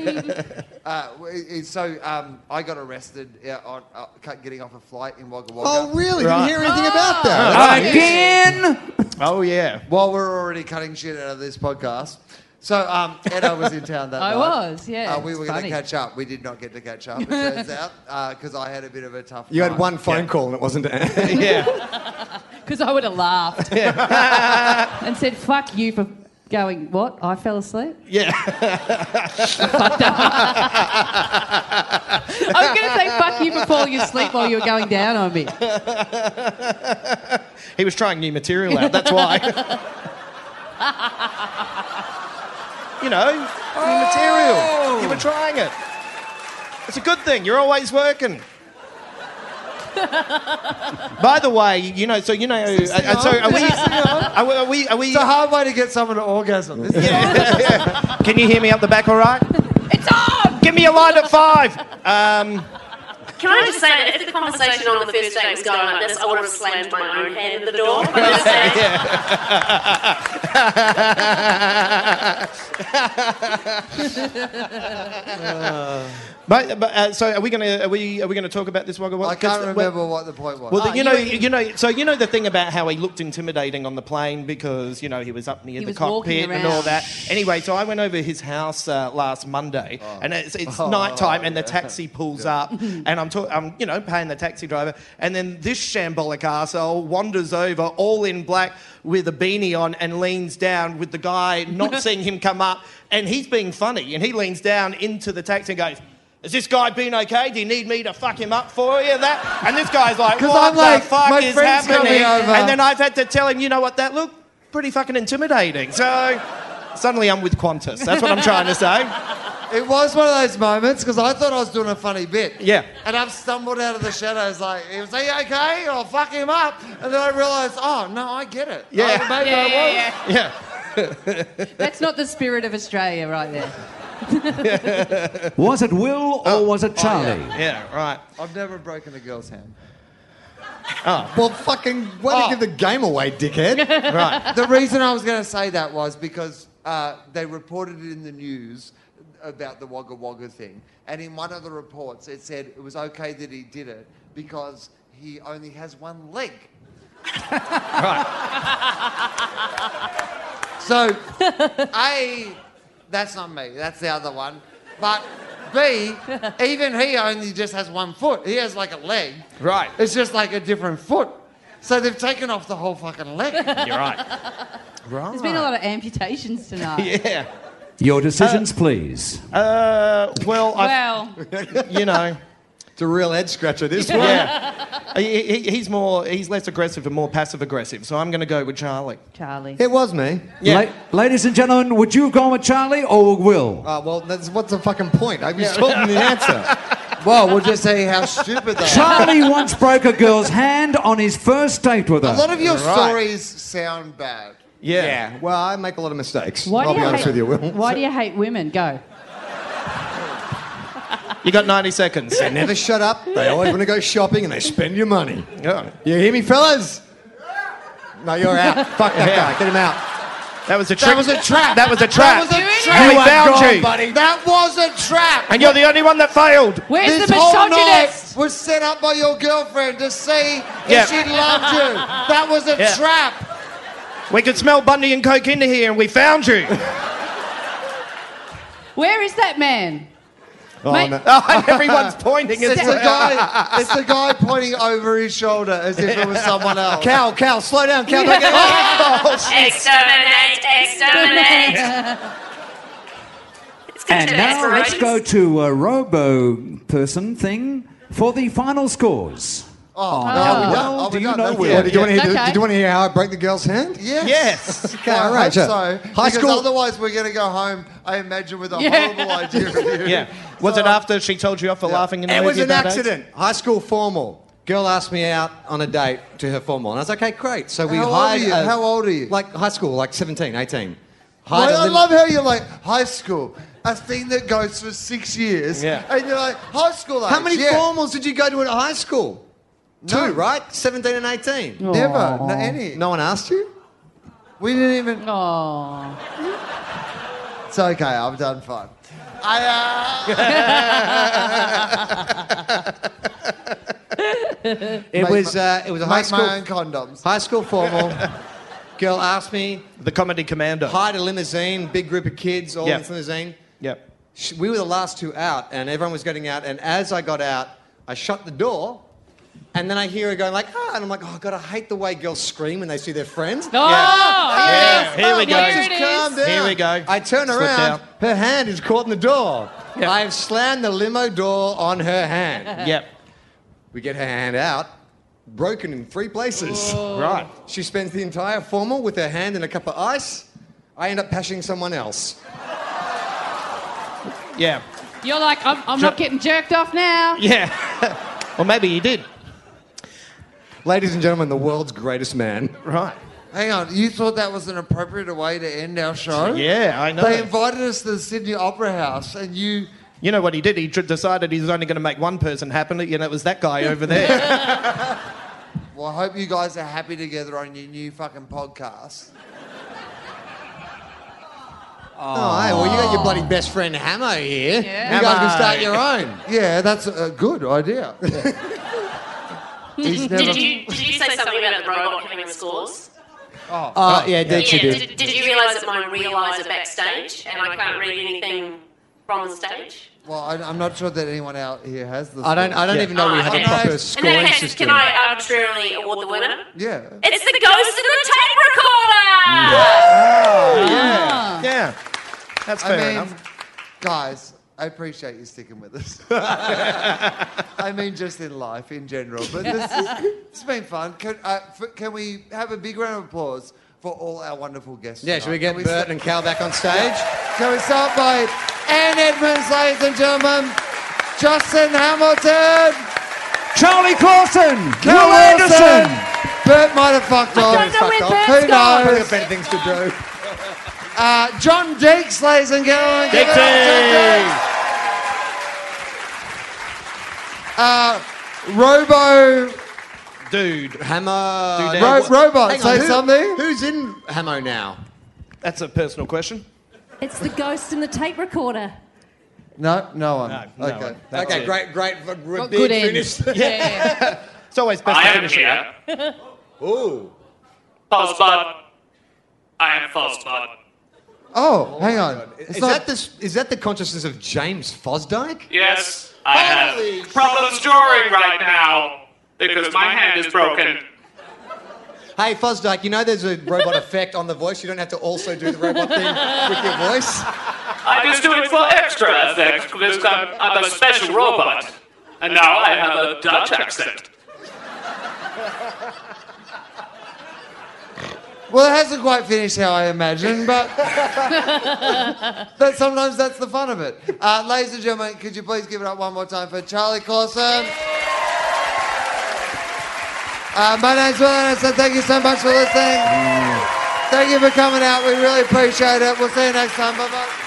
Speaker 2: it- it- so um, I got arrested uh, on uh, cut- getting off a flight in Wagga Wagga.
Speaker 3: Oh, really?
Speaker 10: Right.
Speaker 3: Didn't hear anything about that.
Speaker 8: Again?
Speaker 10: Oh yeah.
Speaker 2: While we're already cutting shit out of this podcast. So um, Edo was in town that
Speaker 9: I
Speaker 2: night.
Speaker 9: was, yeah,
Speaker 2: Uh, we
Speaker 9: it's
Speaker 2: were going to
Speaker 9: funny.
Speaker 2: catch up. We did not get to catch up, it turns out, because I had a bit of a tough
Speaker 3: You had
Speaker 2: night.
Speaker 3: one phone call and it wasn't.
Speaker 10: Yeah.
Speaker 9: Because I would have laughed and said, fuck you for going, what? I fell asleep?
Speaker 10: Yeah.
Speaker 9: I was going to say, fuck you for falling asleep while you were going down on me.
Speaker 10: He was trying new material out, that's why. you know, new
Speaker 3: Oh.
Speaker 10: material. You were trying it. It's a good thing. You're always working. By the way, you know, so you know, uh, uh, so are we, are we, are we, are we
Speaker 2: It's a hard way to get someone to orgasm. isn't it?
Speaker 10: yeah, yeah. Can you hear me up the back all right?
Speaker 9: It's on!
Speaker 10: Give me a line at five. Um,
Speaker 11: Can I just say that if the conversation on the first date was going like this, I would have slammed my own hand in the door. But I'm just saying,
Speaker 10: But, but uh, so are we going to are we are we going to talk about this Wagga Wagga?
Speaker 2: I can't
Speaker 10: 'Cause, uh,
Speaker 2: remember what the point was.
Speaker 10: Well,
Speaker 9: Ah,
Speaker 10: the- you know, you know, so you know the thing about how he looked intimidating on the plane because you know he was up near
Speaker 9: He
Speaker 10: the
Speaker 9: was walking
Speaker 10: cockpit and
Speaker 9: around.
Speaker 10: all that. Anyway, so I went over his house uh, last Monday, and it's, it's
Speaker 2: Oh,
Speaker 10: nighttime, and the taxi pulls up, and I'm, talk- I'm, you know, paying the taxi driver, and then this shambolic arsehole wanders over, all in black, with a beanie on, and leans down with the guy not seeing him come up, and he's being funny, and he leans down into the taxi and goes. Has this guy been okay? Do you need me to fuck him up for you? That and this guy's like,
Speaker 2: 'Cause
Speaker 10: what
Speaker 2: I'm
Speaker 10: the
Speaker 2: like,
Speaker 10: fuck
Speaker 2: my
Speaker 10: is
Speaker 2: friend's coming
Speaker 10: happening?
Speaker 2: over.
Speaker 10: And then I've had to tell him, you know what, that looked pretty fucking intimidating. So suddenly I'm with Qantas. That's what I'm trying to say.
Speaker 2: It was one of those moments because I thought I was doing a funny bit.
Speaker 10: Yeah.
Speaker 2: And I've stumbled out of the shadows like, is he okay? I'll fuck him up. And then I realised, oh, no, I get it.
Speaker 10: Yeah.
Speaker 2: Oh, maybe
Speaker 9: Yeah,
Speaker 2: I
Speaker 9: yeah,
Speaker 2: was.
Speaker 9: yeah.
Speaker 10: Yeah.
Speaker 9: That's not the spirit of Australia right there.
Speaker 8: Was it Will or was it Charlie?
Speaker 10: Oh. Yeah, right.
Speaker 2: I've never broken a girl's hand.
Speaker 3: Well, fucking, way to give the game away, dickhead.
Speaker 10: Right.
Speaker 2: the reason I was going to say that was because uh, they reported it in the news about the Wagga Wagga thing. And in one of the reports, it said it was okay that he did it because he only has one leg. right. So, A, that's not me, that's the other one. But B, even he only just has one foot, he has like a leg.
Speaker 10: Right.
Speaker 2: It's just like a different foot. So they've taken off the whole fucking leg.
Speaker 10: You're right. Right.
Speaker 9: There's been a lot of amputations tonight.
Speaker 10: yeah.
Speaker 8: Your decisions, please.
Speaker 10: Uh, well, I,
Speaker 9: Well,
Speaker 10: you know,
Speaker 3: it's a real head scratcher, this one.
Speaker 10: yeah. He, he- he's more, he's less aggressive and more passive aggressive. So I'm going to go with Charlie.
Speaker 9: Charlie.
Speaker 3: It was me.
Speaker 10: Yeah. Oh.
Speaker 8: La- ladies and gentlemen, would you have gone with Charlie or Will?
Speaker 3: Uh, well, that's, what's the fucking point? I was told the answer.
Speaker 2: Well, we'll just say how stupid they are.
Speaker 8: Charlie once broke a girl's hand on his first date with her.
Speaker 2: A lot of your
Speaker 10: Right.
Speaker 2: stories sound bad.
Speaker 10: Yeah.
Speaker 3: Yeah. Well, I make a lot of mistakes.
Speaker 9: Why
Speaker 3: I'll
Speaker 9: do
Speaker 3: be
Speaker 9: you
Speaker 3: honest
Speaker 9: hate,
Speaker 3: with you, Will.
Speaker 9: Why do you hate women? Go.
Speaker 10: You got 90 seconds.
Speaker 3: They never shut up. They always want to go shopping and they spend your money.
Speaker 10: Yeah.
Speaker 3: You hear me, fellas? No, you're out. Fuck that guy. Get him out.
Speaker 10: That was a trick.
Speaker 2: That was a trap.
Speaker 10: That was a trap.
Speaker 2: That was
Speaker 9: You
Speaker 2: a
Speaker 10: We
Speaker 2: trap.
Speaker 10: found
Speaker 3: gone,
Speaker 10: you.
Speaker 3: buddy.
Speaker 2: That was a trap.
Speaker 10: And you're the only one that failed.
Speaker 9: Where's
Speaker 2: this
Speaker 9: the
Speaker 2: whole night
Speaker 9: misogynist?
Speaker 2: was set up by your girlfriend to see
Speaker 10: Yeah.
Speaker 2: if she loved you. That was a
Speaker 10: Yeah.
Speaker 2: trap.
Speaker 10: We could smell Bundy and Coke in here, and we found you.
Speaker 9: Where is that man?
Speaker 3: Oh,
Speaker 9: Mate-
Speaker 3: no.
Speaker 10: Oh, and everyone's pointing as
Speaker 2: It's the
Speaker 10: well.
Speaker 2: guy. It's the guy pointing "Oh, over his shoulder as if it was someone else.
Speaker 3: Cal, Cal, slow down, Cal. Don't get
Speaker 11: Exterminate, exterminate. It's
Speaker 8: And
Speaker 11: considered
Speaker 8: now let's
Speaker 11: aspirations.
Speaker 8: go to a robo person thing for the final scores.
Speaker 2: Oh, no,
Speaker 9: Oh.
Speaker 2: we're done.
Speaker 8: Well, do
Speaker 2: Oh, we're
Speaker 8: you
Speaker 2: done.
Speaker 8: know
Speaker 2: That's
Speaker 8: Will?
Speaker 2: it.
Speaker 3: What, did you want to hear?
Speaker 9: Okay.
Speaker 3: Did you want to hear how I break the girl's hand?
Speaker 2: Yes.
Speaker 10: Yes.
Speaker 2: Okay,
Speaker 3: All
Speaker 2: I
Speaker 3: right,
Speaker 2: hope
Speaker 3: sure.
Speaker 2: so.
Speaker 3: High
Speaker 2: because
Speaker 3: school-
Speaker 2: otherwise we're going to go home, I imagine, with a
Speaker 9: Yeah.
Speaker 2: horrible idea of you.
Speaker 10: Yeah. Was
Speaker 2: So-
Speaker 10: it after she told you off for laughing in the
Speaker 3: It was
Speaker 10: movie
Speaker 3: an
Speaker 10: about AIDS?
Speaker 3: accident. High school formal. Girl asked me out on a date to her formal, and I was like, okay, great. So we
Speaker 2: How old are
Speaker 3: hired.
Speaker 2: you?
Speaker 3: a-
Speaker 2: How old are you?
Speaker 3: Like high school, like 17, 18.
Speaker 2: Well,
Speaker 3: Hired a
Speaker 2: I
Speaker 3: little-
Speaker 2: love how you're like high school, a thing that goes for six years,
Speaker 10: Yeah.
Speaker 2: and you're like high school.
Speaker 3: How
Speaker 2: age,
Speaker 3: many
Speaker 2: yeah.
Speaker 3: formals did you go to at high school?
Speaker 2: No. Oh.
Speaker 3: Two, right? 17 and 18.
Speaker 2: Never, no, any.
Speaker 3: No one asked you?
Speaker 2: We didn't even.
Speaker 9: Oh,
Speaker 2: It's okay. I've done fine. I, uh,
Speaker 3: It was, uh, it was a high
Speaker 2: make my
Speaker 3: school,
Speaker 2: own condoms.
Speaker 3: high school formal. Girl asked me,
Speaker 10: The comedy commando.
Speaker 3: hired a limousine, big group of kids, all
Speaker 10: Yeah.
Speaker 3: in this limousine.
Speaker 10: Yep.
Speaker 3: Sh- We were the last two out, and everyone was getting out. And as I got out, I shut the door, and then I hear her going like, "Ah!" And I'm like, "Oh God, I hate the way girls scream when they see their friends."
Speaker 9: oh
Speaker 3: Ah!
Speaker 10: Yeah, here we
Speaker 9: oh,
Speaker 10: go.
Speaker 9: There it
Speaker 3: Just calm
Speaker 9: is.
Speaker 3: down.
Speaker 10: Here we go.
Speaker 3: I turn
Speaker 10: Slipped
Speaker 3: around.
Speaker 10: out.
Speaker 3: Her hand is caught in the door.
Speaker 10: Yeah.
Speaker 3: I have slammed the limo door on her hand.
Speaker 10: Yep.
Speaker 3: we get her hand out, broken in three places.
Speaker 10: Right.
Speaker 3: She spends the entire formal with her hand in a cup of ice. I end up pashing someone else.
Speaker 10: Yeah.
Speaker 9: You're like, I'm, I'm not getting jerked off now.
Speaker 10: Yeah. well, maybe you did.
Speaker 3: Ladies and gentlemen, the world's greatest man.
Speaker 10: Right.
Speaker 2: Hang on. You thought that was an appropriate way to end our show?
Speaker 10: Yeah, I know.
Speaker 2: They invited us to the Sydney Opera House, and you.
Speaker 10: you know what he did? He dr- decided he was only going to make one person happy, and it was that guy over there.
Speaker 2: Well, I hope you guys are happy together on your new fucking podcast.
Speaker 3: Oh, hey, well, you got your bloody best friend Hamo here. You guys can start your own.
Speaker 2: Yeah, that's a good idea. He's never-
Speaker 11: Did you did you say something about the robot having the scores?
Speaker 3: Oh, yeah, did you do?
Speaker 11: did, did you realise that mine realiser backstage and I can't read anything from the stage?
Speaker 2: Well, I, I'm not sure that anyone out here has this.
Speaker 3: I don't, I don't even know we
Speaker 11: Ah,
Speaker 3: have a
Speaker 11: okay.
Speaker 3: proper
Speaker 11: In that
Speaker 3: scoring
Speaker 11: case,
Speaker 3: system.
Speaker 11: can I arbitrarily award the winner?
Speaker 2: Yeah.
Speaker 11: It's the ghost of the tape recorder!
Speaker 10: Yeah. Yeah. That's
Speaker 2: I
Speaker 10: fair
Speaker 2: mean,
Speaker 10: enough.
Speaker 2: guys, I appreciate you sticking with us. I mean, just in life in general. But this is, it's been fun. Can, uh, f- can we have a big round of applause for all our wonderful guests?
Speaker 3: Yeah, should we
Speaker 2: tonight? Can
Speaker 3: get Bert
Speaker 2: sta-
Speaker 3: and Cal back on stage?
Speaker 2: Can we start by Anne Edmonds, ladies and gentlemen, Justin Hamilton,
Speaker 8: Charlie Clausen!
Speaker 2: Cal
Speaker 8: Will
Speaker 2: Anderson,
Speaker 8: Anderson!
Speaker 2: Bert might have fucked
Speaker 7: I
Speaker 2: off.
Speaker 7: don't know where
Speaker 3: fucked
Speaker 7: Bert's
Speaker 3: off.
Speaker 2: Who
Speaker 7: gone.
Speaker 2: knows?
Speaker 3: Probably got better things to do.
Speaker 2: Uh, John Deeks, ladies and gentlemen. Give it up, John Deeks. Uh, Robo
Speaker 10: Dude,
Speaker 3: Hamo.
Speaker 10: Dude,
Speaker 3: now
Speaker 2: Ro-
Speaker 3: what-
Speaker 2: robot,
Speaker 3: hang on,
Speaker 2: say
Speaker 3: who-
Speaker 2: something.
Speaker 3: Who's in Hamo now?
Speaker 10: that's a personal question.
Speaker 7: It's the ghost in the tape recorder.
Speaker 2: No, no one.
Speaker 10: No, no
Speaker 2: okay.
Speaker 10: one. That's
Speaker 3: okay,
Speaker 10: it.
Speaker 3: great, great, v-
Speaker 9: Got
Speaker 3: big
Speaker 9: good
Speaker 3: finish.
Speaker 9: end. Yeah.
Speaker 10: It's always best
Speaker 5: I
Speaker 10: to
Speaker 5: am
Speaker 10: finish it up.
Speaker 5: here.
Speaker 3: Ooh.
Speaker 5: False blood. I am false blood.
Speaker 2: Oh, hang on. It's
Speaker 3: Is
Speaker 2: not-
Speaker 3: that, the, s- is that the consciousness of James Fosdyke?
Speaker 5: Yes, I
Speaker 3: Holy
Speaker 5: have problems drawing right now because my hand is broken.
Speaker 3: Hey, Fosdyke, you know there's a robot effect on the voice. You don't have to also do the robot thing with your voice.
Speaker 5: I just do it for extra effect because I'm, I'm a special robot. And now I have a Dutch accent.
Speaker 2: well, it hasn't quite finished how I imagined, but that sometimes that's the fun of it. Uh, ladies and gentlemen, could you please give it up one more time for Charlie Clausen? Uh, my name's Will Anderson. Thank you so much for listening. Thank you for coming out. We really appreciate it. We'll see you next time. Bye bye.